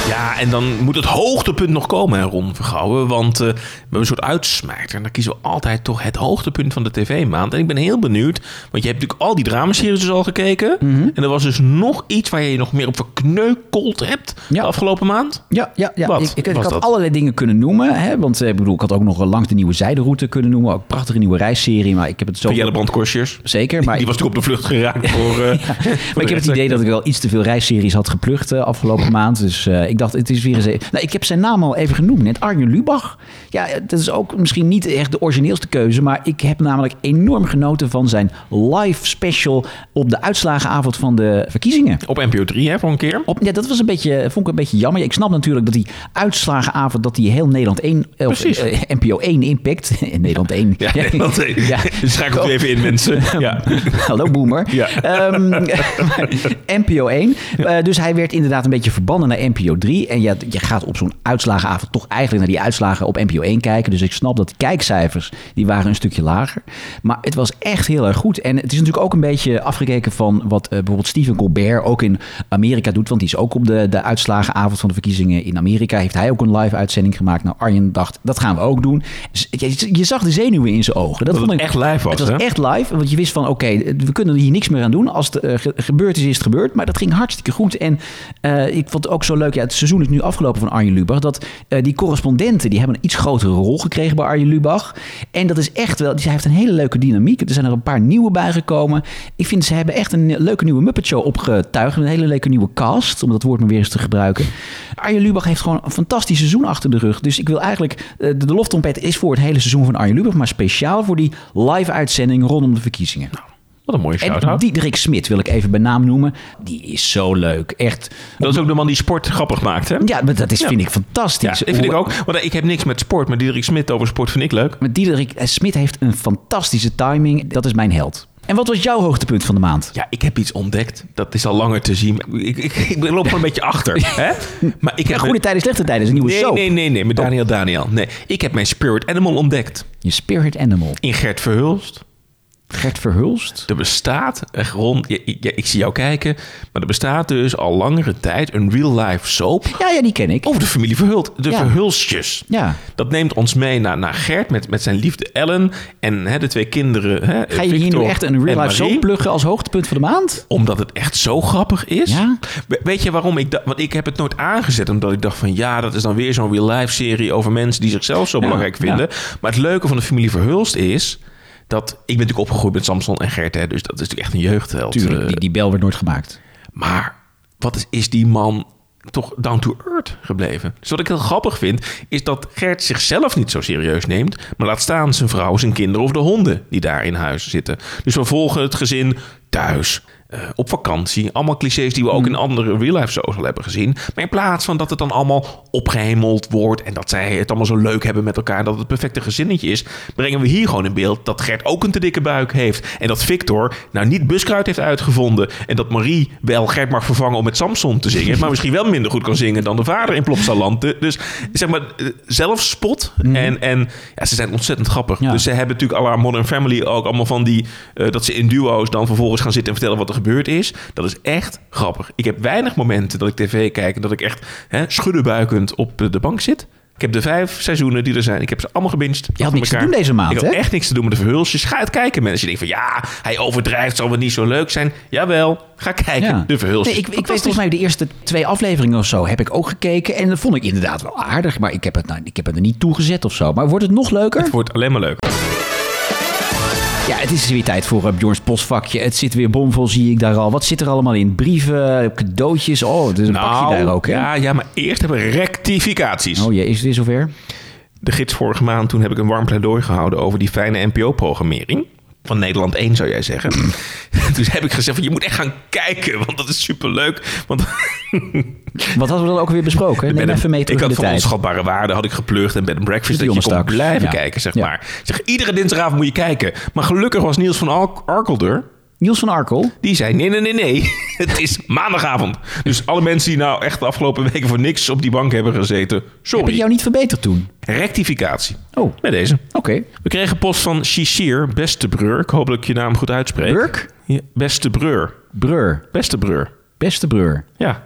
Speaker 1: Ja, en dan moet het hoogtepunt nog komen, hè, Ron Vergouwen. Want eh, we hebben een soort uitsmijter. En dan kiezen we altijd toch het hoogtepunt van de tv-maand. En ik ben heel benieuwd, want je hebt natuurlijk al die dramaseries dus al gekeken.
Speaker 2: Mhm.
Speaker 1: En er was dus nog iets waar je je nog meer op verkneukeld hebt
Speaker 2: Ja.
Speaker 1: de afgelopen maand.
Speaker 2: Ja, ja, ja.
Speaker 1: Wat
Speaker 2: ik, ik, ik
Speaker 1: was
Speaker 2: had
Speaker 1: dat?
Speaker 2: allerlei dingen kunnen noemen. Hè? Want eh, ik bedoel, ik had ook nog langs de nieuwe zijderoute kunnen noemen. Ook een prachtige nieuwe reisserie. Maar ik heb het zo...
Speaker 1: Van Jelle Brandkorsjes.
Speaker 2: Zeker, maar,
Speaker 1: Die was natuurlijk op de vlucht geraakt voor... eh, voor
Speaker 2: maar ik
Speaker 1: de
Speaker 2: heb het idee dat ik wel iets te veel reisseries had geplucht eh, afgelopen maand. Dus eh, ik dacht, het is weer eens... e- Nou, ik heb zijn naam al even genoemd, net Arjen Lubach. Ja, eh, dat is ook misschien niet echt de origineelste keuze. Maar ik heb namelijk enorm genoten van zijn live special... op de uitslagenavond van de verkiezingen.
Speaker 1: Op NPO 3, hè, voor een keer.
Speaker 2: Op, ja, dat was een beetje, eh, vond ik een beetje jammer. Ja, Ik snap natuurlijk dat die uitslagenavond, dat die heel Nederland 1, eh, of
Speaker 1: Precies.
Speaker 2: eh, NPO 1 impact. In Nederland 1.
Speaker 1: Ja, nee, dat
Speaker 2: Ja.
Speaker 1: Dus schakelt u even in, mensen. Ja.
Speaker 2: Hallo boomer.
Speaker 1: Ja.
Speaker 2: Ehm, NPO 1. Eh, dus hij werd inderdaad een beetje verbannen naar NPO 3. En ja, je gaat op zo'n uitslagenavond toch eigenlijk naar die uitslagen op NPO 1 kijken. Dus ik snap dat de kijkcijfers, die waren een stukje lager. Maar het was echt heel erg goed. En het is natuurlijk ook een beetje afgekeken van wat eh, bijvoorbeeld Stephen Colbert ook in Amerika doet. Want die is ook op de, de uitslagenavond van de verkiezingen in Amerika. Heeft hij ook een live uitzending gemaakt. Nou, Arjen dacht, dat gaan we ook doen. Dus je, je zag de zenuwen in zijn ogen. Dat,
Speaker 1: Dat
Speaker 2: vond
Speaker 1: het
Speaker 2: ik
Speaker 1: echt live was,
Speaker 2: Het was
Speaker 1: hè?
Speaker 2: echt live, want je wist van oké, we kunnen hier niks meer aan doen. Als het eh, ge- gebeurd is, is het gebeurd. Maar dat ging hartstikke goed. En eh, ik vond het ook zo leuk, ja, het seizoen is nu afgelopen van Arjen Lubach, dat eh, die correspondenten, die hebben een iets grotere rol gekregen bij Arjen Lubach. En dat is echt wel, die- hij heeft een hele leuke dynamiek. Er zijn er een paar nieuwe bijgekomen. Ik vind, ze hebben echt een eh, leuke nieuwe Muppet Show opgetuigd. Een hele leuke nieuwe cast, om dat woord maar weer eens te gebruiken. Arjen Lubach heeft gewoon een fantastisch seizoen achter de rug. Dus ik wil eigenlijk, eh, de, de loftrompet is voor het hele seizoen van Arjen Lubach, maar speciaal voor die live uitzending rondom de verkiezingen.
Speaker 1: Wat een mooie
Speaker 2: En
Speaker 1: Nou, shout-out.
Speaker 2: Diederik Smit wil ik even bij naam noemen. Die is zo leuk. Echt.
Speaker 1: Dat is ook de man die sport grappig maakt, hè?
Speaker 2: Ja, maar dat is,
Speaker 1: Ja.
Speaker 2: vind ik
Speaker 1: Ja,
Speaker 2: fantastisch.
Speaker 1: dat vind ik
Speaker 2: Hoe-
Speaker 1: ook. Want eh, ik heb niks met sport, maar Diederik Smit over sport vind ik leuk.
Speaker 2: Maar Diederik eh, Smit heeft een fantastische timing. Dat is mijn held. En wat was jouw hoogtepunt van de maand?
Speaker 1: Ja, ik heb iets ontdekt. Dat is al langer te zien. Ik, ik, ik loop gewoon een beetje achter. Hè? Maar ik
Speaker 2: Ja,
Speaker 1: heb
Speaker 2: goede tijden, slechte tijden is een nieuwe
Speaker 1: Nee,
Speaker 2: show.
Speaker 1: nee, nee, nee. Met Daniel Daniel. Nee, ik heb mijn spirit animal ontdekt.
Speaker 2: Je spirit animal.
Speaker 1: In Gert Verhulst.
Speaker 2: Gert Verhulst?
Speaker 1: Er bestaat, echt Ron, je- je- je- ik zie jou kijken, maar er bestaat dus al langere tijd een real-life soap
Speaker 2: Ja, ja, die ken ik.
Speaker 1: over de familie Verhult. De
Speaker 2: Ja.
Speaker 1: Verhulstjes.
Speaker 2: Ja.
Speaker 1: Dat neemt ons mee naar, naar Gert met, met zijn liefde Ellen en hè, de twee kinderen. Hè,
Speaker 2: Ga je hier
Speaker 1: Victor
Speaker 2: nu echt een
Speaker 1: en
Speaker 2: real-life
Speaker 1: Marie.
Speaker 2: soap pluggen als hoogtepunt van de maand?
Speaker 1: Omdat het echt zo grappig is.
Speaker 2: Ja.
Speaker 1: We- Weet je waarom ik dat? Want ik heb het nooit aangezet. Omdat ik dacht van ja, dat is dan weer zo'n real-life serie over mensen die zichzelf zo belangrijk vinden. Maar het leuke van de familie Verhulst is. Dat, ik ben natuurlijk opgegroeid met Samson en Gert, hè, dus dat is natuurlijk echt een jeugdheld.
Speaker 2: Tuurlijk,
Speaker 1: Eh,
Speaker 2: die, die bel werd nooit gemaakt.
Speaker 1: maar wat is, is die man toch down to earth gebleven? Dus wat ik heel grappig vind, is dat Gert zichzelf niet zo serieus neemt. Maar laat staan zijn vrouw, zijn kinderen of de honden die daar in huis zitten. Dus we volgen het gezin thuis. eh, op vakantie. Allemaal clichés die we ook in andere real-life shows al hebben gezien. Maar in plaats van dat het dan allemaal opgehemeld wordt... en dat zij het allemaal zo leuk hebben met elkaar... en dat het perfecte gezinnetje is... brengen we hier gewoon in beeld dat Gert ook een te dikke buik heeft. En dat Victor nou niet buskruid heeft uitgevonden... en dat Marie wel Gert mag vervangen om met Samson te zingen... maar misschien wel minder goed kan zingen dan de vader in Plopsaland. De- Dus zeg maar, eh, zelfspot. En, en ja, ze zijn ontzettend grappig.
Speaker 2: Ja.
Speaker 1: Dus ze hebben natuurlijk à la Modern Family ook allemaal van die... eh, dat ze in duo's dan vervolgens gaan zitten en vertellen wat er gebeurd is. Dat is echt grappig. Ik heb weinig momenten dat ik tv kijk... en dat ik echt hè, schuddenbuikend op eh, de bank zit... Ik heb de vijf seizoenen die er zijn. Ik heb ze allemaal gebinst.
Speaker 2: Je had niks te doen deze maand,
Speaker 1: Ik had
Speaker 2: hè?
Speaker 1: echt niks te doen met de verhulsjes. Ga het kijken, mensen. Je denkt van ja, hij overdrijft, zal het niet zo leuk zijn. Jawel, ga kijken.
Speaker 2: Ja.
Speaker 1: De verhulsjes.
Speaker 2: Nee, ik, dus- ik weet
Speaker 1: Fantastisch.
Speaker 2: volgens mij de eerste twee afleveringen of zo heb ik ook gekeken. En dat vond ik inderdaad wel aardig. Maar ik heb het, nou, ik heb het er niet toegezet of zo. Maar wordt het nog leuker?
Speaker 1: Het wordt alleen maar leuk.
Speaker 2: Ja, het is weer tijd voor eh, Bjorns postvakje. Het zit weer bomvol, zie ik daar al. Wat zit er allemaal in? Brieven, cadeautjes. Oh, het is een pakje daar ook, hè?
Speaker 1: Nou, ja, ja, maar eerst hebben we rectificaties.
Speaker 2: Oh jee, is het weer zover?
Speaker 1: de gids vorige maand, toen heb ik een warm pleidooi gehouden over die fijne NPO-programmering. Van Nederland 1 zou jij zeggen. toen heb ik gezegd: van, je moet echt gaan kijken, want dat is superleuk. Want
Speaker 2: Wat hadden we dan ook weer besproken? Neem
Speaker 1: Bed and-
Speaker 2: even mee terug
Speaker 1: ik had
Speaker 2: in de
Speaker 1: van
Speaker 2: tijd.
Speaker 1: onschatbare waarde had ik geplucht en bed and breakfast
Speaker 2: Met
Speaker 1: dat je
Speaker 2: die
Speaker 1: kon
Speaker 2: jongens straks.
Speaker 1: blijven
Speaker 2: Ja.
Speaker 1: kijken zeg
Speaker 2: Ja.
Speaker 1: maar. Zeg iedere dinsdagavond moet je kijken. Maar gelukkig was Niels van Al- Arkelder
Speaker 2: Niels van Arkel.
Speaker 1: die zei nee nee nee nee. Het is maandagavond. Dus alle mensen die nou echt de afgelopen weken voor niks op die bank hebben gezeten.
Speaker 2: Heb ik
Speaker 1: Sorry.
Speaker 2: jou niet verbeterd toen?
Speaker 1: Rectificatie.
Speaker 2: Oh, oké.
Speaker 1: Met deze. We kregen post van Shishir Beste Breur. Ik hoop dat ik je naam goed uitspreek.
Speaker 2: Burk?
Speaker 1: Ja, beste Breur.
Speaker 2: Breur.
Speaker 1: Beste Breur.
Speaker 2: Beste breur.
Speaker 1: Ja.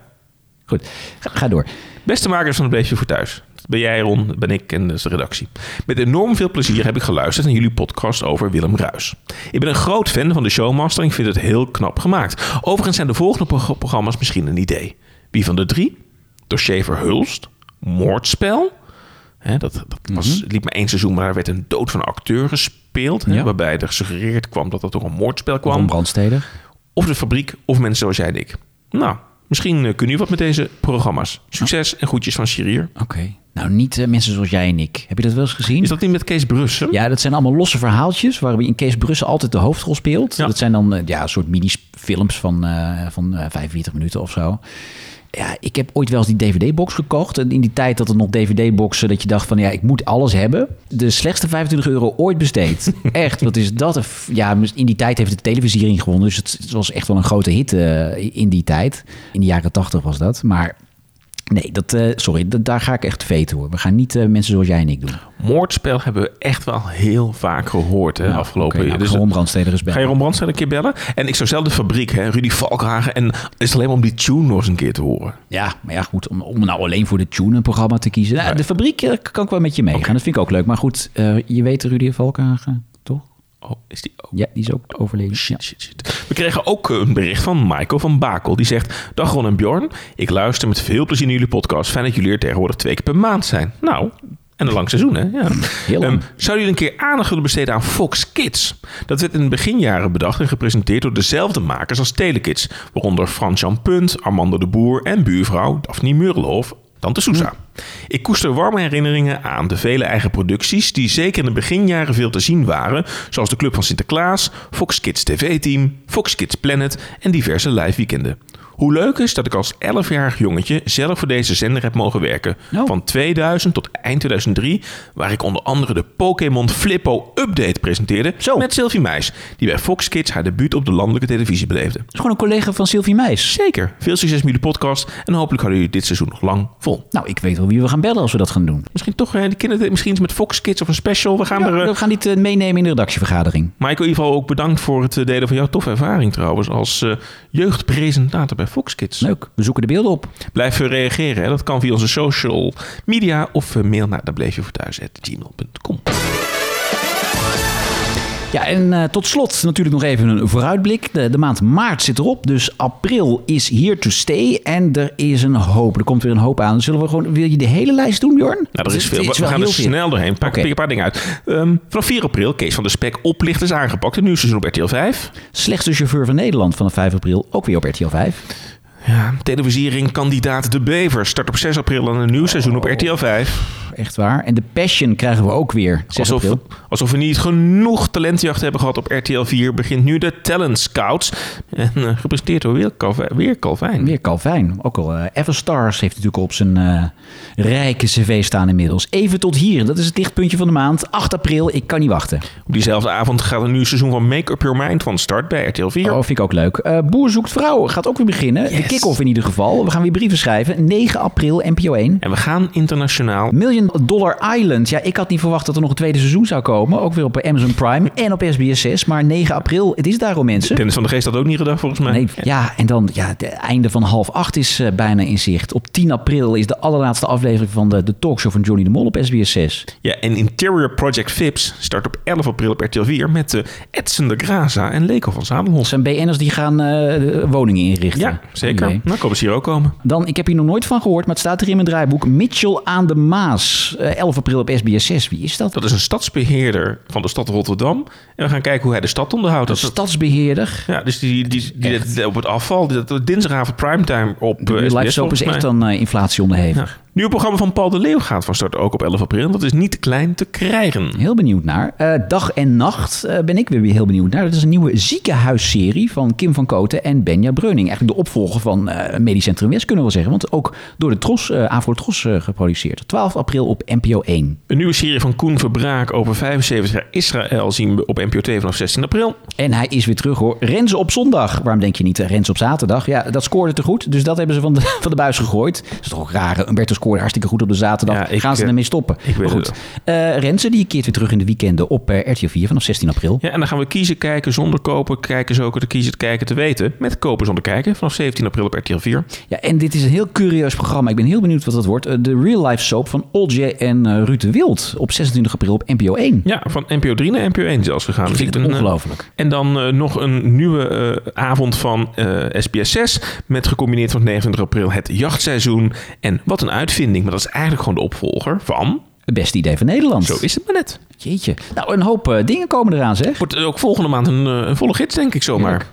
Speaker 2: Goed, ga, ga door.
Speaker 1: Beste makers van het Bleefje voor Thuis. Dat ben jij, Ron, dat ben ik en dat is de redactie. Met enorm veel plezier heb ik geluisterd naar jullie podcast over Willem Ruis. Ik ben een groot fan van de Showmaster en ik vind het heel knap gemaakt. Overigens zijn de volgende pro- programma's misschien een idee. Wie van de drie? Dossier Verhulst? Moordspel? Hè, dat dat was, het liep maar één seizoen, maar daar werd een dood van een acteur gespeeld. Hè,
Speaker 2: Ja.
Speaker 1: Waarbij er gesuggereerd kwam dat dat door een moordspel kwam
Speaker 2: Van Brandsteder.
Speaker 1: of de fabriek of mensen zoals jij en ik. Nou, misschien eh, kunnen jullie wat met deze programma's. Succes en groetjes van Sirier.
Speaker 2: Oké. Nou, niet eh, mensen zoals jij en ik. Heb je dat wel eens gezien?
Speaker 1: Is dat niet met Kees Brussen?
Speaker 2: Ja, dat zijn allemaal losse verhaaltjes waarbij in Kees Brussen altijd de hoofdrol speelt.
Speaker 1: Ja.
Speaker 2: Dat zijn dan eh, ja, een soort mini-films van, eh, van eh, 45 minuten of zo. Ja, ik heb ooit wel eens die DVD-box gekocht. En in die tijd dat er nog DVD-boxen, dat je dacht van ja, ik moet alles hebben. De slechtste 25 euro ooit besteed. Echt, wat is dat? een f- Ja, in die tijd heeft de televisiering gewonnen. Dus het, het was echt wel een grote hit eh, in die tijd. In de jaren 80 was dat. Maar nee, dat, eh, sorry, dat, daar ga ik echt veten hoor. We gaan niet eh, mensen zoals jij en ik doen.
Speaker 1: Moordspel hebben we echt wel heel vaak gehoord hè,
Speaker 2: Nou,
Speaker 1: afgelopen
Speaker 2: oké,
Speaker 1: jaar.
Speaker 2: nou,
Speaker 1: Dus
Speaker 2: Gewoon brandsteder is bij.
Speaker 1: Ga je Ron Brandstein een keer bellen? En ik zou zelf de fabriek, hè, Rudy Valkhagen. En het is alleen maar om die tune nog eens een keer te horen.
Speaker 2: Ja, maar ja, goed, om, om nou alleen voor de tune een programma te kiezen. Nou, De fabriek eh, kan ik wel met je meegaan, dat vind ik ook leuk. Maar goed, eh, je weet Rudy Valkhagen, toch?
Speaker 1: Oh, is die ook?
Speaker 2: Ja, die is ook overleden. Ja.
Speaker 1: Shit, shit, shit. We kregen ook eh, een bericht van Michael van Bakel. Die zegt: Dag Ron en Bjorn. Ik luister met veel plezier naar jullie podcast. Fijn dat jullie er tegenwoordig twee keer per maand zijn. Nou, en een lang seizoen, hè? Ja.
Speaker 2: Heel lang.
Speaker 1: Ehm, zouden jullie een keer aandacht willen besteden aan Fox Kids? Dat werd in de beginjaren bedacht en gepresenteerd door dezelfde makers als Telekids. Waaronder Frans-Jan Punt, Armando de Boer en buurvrouw Daphne Murelhoff. Tante Sousa. Ik koester warme herinneringen aan de vele eigen producties die zeker in de beginjaren veel te zien waren, zoals de Club van Sinterklaas, Fox Kids TV-team, Fox Kids Planet en diverse live weekenden. Hoe leuk is dat ik als 11-jarig jongetje zelf voor deze zender heb mogen werken.
Speaker 2: Oh.
Speaker 1: Van 2000 tot eind 2003, waar ik onder andere de Pokémon Flippo Update presenteerde
Speaker 2: Zo.
Speaker 1: met Sylvie Meis, die bij Fox Kids haar debuut op de landelijke televisie beleefde.
Speaker 2: Dat is gewoon een collega van Sylvie Meijs.
Speaker 1: Zeker, veel succes met jullie podcast en hopelijk houden jullie dit seizoen nog lang vol.
Speaker 2: Nou, ik weet wel wie we gaan bellen als we dat gaan doen.
Speaker 1: Misschien toch eh, die kinderen, misschien iets met Fox Kids of een special. We gaan
Speaker 2: Ja,
Speaker 1: er... eh,
Speaker 2: we gaan dit eh, meenemen in de redactievergadering.
Speaker 1: Michael, in ieder geval ook bedankt voor het eh, delen van jouw toffe ervaring trouwens... als eh, jeugdpresentator bij Fox Kids.
Speaker 2: Leuk, we zoeken de beelden op.
Speaker 1: Blijf eh, reageren. Hè? Dat kan via onze social media of eh, mail naar daar bleef je voor thuis gmail.com.
Speaker 2: Ja, en eh, tot slot natuurlijk nog even een vooruitblik. De, de maand maart zit erop, dus april is here to stay. En er is een hoop, er komt weer een hoop aan. Zullen we gewoon, wil je de hele lijst doen, Bjorn?
Speaker 1: Nou, er
Speaker 2: Het
Speaker 1: is veel.
Speaker 2: het
Speaker 1: We
Speaker 2: wel
Speaker 1: gaan er
Speaker 2: heel veel.
Speaker 1: snel doorheen. Pak
Speaker 2: Oké.
Speaker 1: pik een paar dingen uit. Ehm, vanaf 4 april, Kees van de Spek, oplichters aangepakt. Een nieuw seizoen op RTL 5.
Speaker 2: Slechtste chauffeur van Nederland vanaf 5 april, ook weer op RTL 5.
Speaker 1: Ja, televisiering kandidaat De Bever start op 6 april aan een nieuw seizoen
Speaker 2: Oh.
Speaker 1: op RTL 5.
Speaker 2: Echt waar. En de Passion krijgen we ook weer, 6
Speaker 1: Alsof,
Speaker 2: april.
Speaker 1: alsof we niet genoeg talentjacht hebben gehad op RTL 4, begint nu de Talent Scouts. En eh, gepresenteerd door weer Calvijn. Weer Calvijn.
Speaker 2: Weer Calvijn. Ook al eh Everstars heeft natuurlijk op zijn eh, rijke cv staan inmiddels. Even tot hier. Dat is het lichtpuntje van de maand. 8 april. Ik kan niet wachten.
Speaker 1: Op diezelfde avond gaat een nieuw seizoen van Make Up Your Mind van start bij RTL 4.
Speaker 2: Oh, vind ik ook leuk. Eh, Boer zoekt vrouw. Gaat ook weer beginnen. De
Speaker 1: Yes.
Speaker 2: kick-off in ieder geval. We gaan weer brieven schrijven. 9 april. NPO 1.
Speaker 1: En we gaan internationaal.
Speaker 2: Million Dollar Island. Ja, ik had niet verwacht dat er nog een tweede seizoen zou komen. Ook weer op Amazon Prime en op SBS 6. Maar 9 april, het is daarom mensen.
Speaker 1: Dennis van de Geest had ook niet gedacht volgens mij.
Speaker 2: Nee, ja, en dan ja, het einde van half acht is eh, bijna in zicht. Op 10 april is de allerlaatste aflevering van de, de talkshow van Johnny de Mol op SBS 6.
Speaker 1: Ja, en Interior Project Vips start op 11 april op RTL 4 met eh Edson de Graza en Leko van
Speaker 2: Dat
Speaker 1: Zadelhof.
Speaker 2: zijn BN'ers die gaan eh, woningen inrichten.
Speaker 1: Ja, zeker.
Speaker 2: Oké.
Speaker 1: Nou, komen ze hier ook komen.
Speaker 2: Dan, ik heb hier nog nooit van gehoord, maar het staat er in mijn draaiboek. Mitchell aan de Maas, eh, 11 april op SBS 6. Wie is dat?
Speaker 1: Dat is een stadsbeheerder van de stad Rotterdam. En we gaan kijken hoe hij de stad onderhoudt.
Speaker 2: De
Speaker 1: Dat is-
Speaker 2: stadsbeheerder.
Speaker 1: ja, dus die, die, die, die- op het afval. Die, dat- dinsdagavond primetime op eh,
Speaker 2: De
Speaker 1: SBS
Speaker 2: live soap is
Speaker 1: volgens
Speaker 2: echt
Speaker 1: mij.
Speaker 2: dan eh, inflatie onderhevig.
Speaker 1: Ja. Nieuw programma van Paul de Leeuw gaat van start ook op 11 april. En dat is niet te klein te krijgen.
Speaker 2: Heel benieuwd naar. Eh, dag en nacht eh, ben ik weer heel benieuwd naar. Dat is een nieuwe ziekenhuisserie van Kim van Koten en Benja Breuning. Eigenlijk de opvolger van eh Medisch Centrum West kunnen we wel zeggen. Want ook door de Tros, eh Avro Tros eh, geproduceerd. 12 april op NPO 1.
Speaker 1: Een nieuwe serie van Koen Verbraak over 75 jaar Israël zien we op NPO 2 vanaf 16 april.
Speaker 2: En hij is weer terug hoor. Renze op zondag. Waarom denk je niet eh, Renze op zaterdag? Ja, dat scoorde te goed. Dus dat hebben ze van de, van de buis gegooid. Dat is toch ook raar. Umberto scoorde hartstikke goed op de zaterdag.
Speaker 1: Ja, ik,
Speaker 2: Gaan ze
Speaker 1: eh,
Speaker 2: ermee stoppen?
Speaker 1: ik weet
Speaker 2: Maar goed.
Speaker 1: het
Speaker 2: Eh Renze die keert weer terug in de weekenden op eh, RTL 4 vanaf 16 april.
Speaker 1: Ja, en dan gaan we kiezen, kijken zonder kopen, kijken zo te kiezen, te kijken te weten. Met kopen zonder kijken vanaf 17 april op RTL 4.
Speaker 2: Ja, en dit is een heel curieus programma. Ik ben heel benieuwd wat dat wordt. Eh, De Real Life Soap van Olje en eh, Ruud de Wild op 26 april op NPO 1.
Speaker 1: Ja, van NPO 3 naar NPO 1 zelfs gegaan.
Speaker 2: Ik
Speaker 1: Dus
Speaker 2: vind
Speaker 1: ik
Speaker 2: het
Speaker 1: ben, eh,
Speaker 2: ongelooflijk.
Speaker 1: En dan eh, nog een nieuwe eh, avond van eh, SBS 6. Met gecombineerd van 29 april het jachtseizoen. En wat een uitvinding. Maar dat is eigenlijk gewoon de opvolger van.
Speaker 2: Het beste idee van Nederland.
Speaker 1: Zo is het maar net.
Speaker 2: Jeetje. Nou, een hoop eh, dingen komen eraan zeg.
Speaker 1: Wordt eh, ook volgende maand een, eh, een volle gids, denk ik zomaar.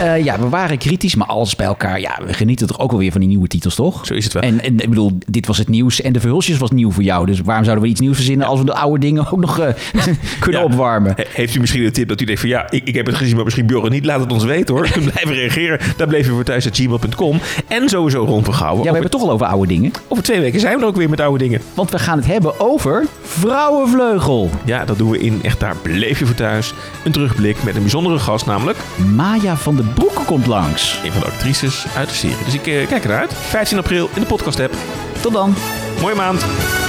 Speaker 2: Eh, ja, we waren kritisch, maar alles bij elkaar. Ja, we genieten toch ook alweer van die nieuwe titels, toch?
Speaker 1: Zo is het wel.
Speaker 2: En, en ik bedoel, dit was het nieuws en de verhulsjes was nieuw voor jou. Dus waarom zouden we iets nieuws verzinnen als we de oude dingen ook nog eh, kunnen
Speaker 1: Ja.
Speaker 2: opwarmen?
Speaker 1: He- Heeft u misschien een tip dat u denkt van ja, ik, ik heb het gezien, maar misschien Bjorn niet. Laat het ons weten hoor. Blijf reageren. Daar bleef je voor thuis at gmail.com. En sowieso rond van Gouwen.
Speaker 2: Ja, we
Speaker 1: over,
Speaker 2: hebben het toch al over oude dingen.
Speaker 1: over twee weken zijn we er ook weer met oude dingen.
Speaker 2: Want we gaan het hebben over vrouwenvleugel.
Speaker 1: Ja, dat doen we in echt daar bleef je voor thuis. Een terugblik met een bijzondere gast, namelijk
Speaker 2: Maya van den Broeke komt langs.
Speaker 1: een van de actrices uit de serie. Dus ik eh, kijk ernaar uit. 15 april in de podcast app.
Speaker 2: Tot dan.
Speaker 1: Mooie maand.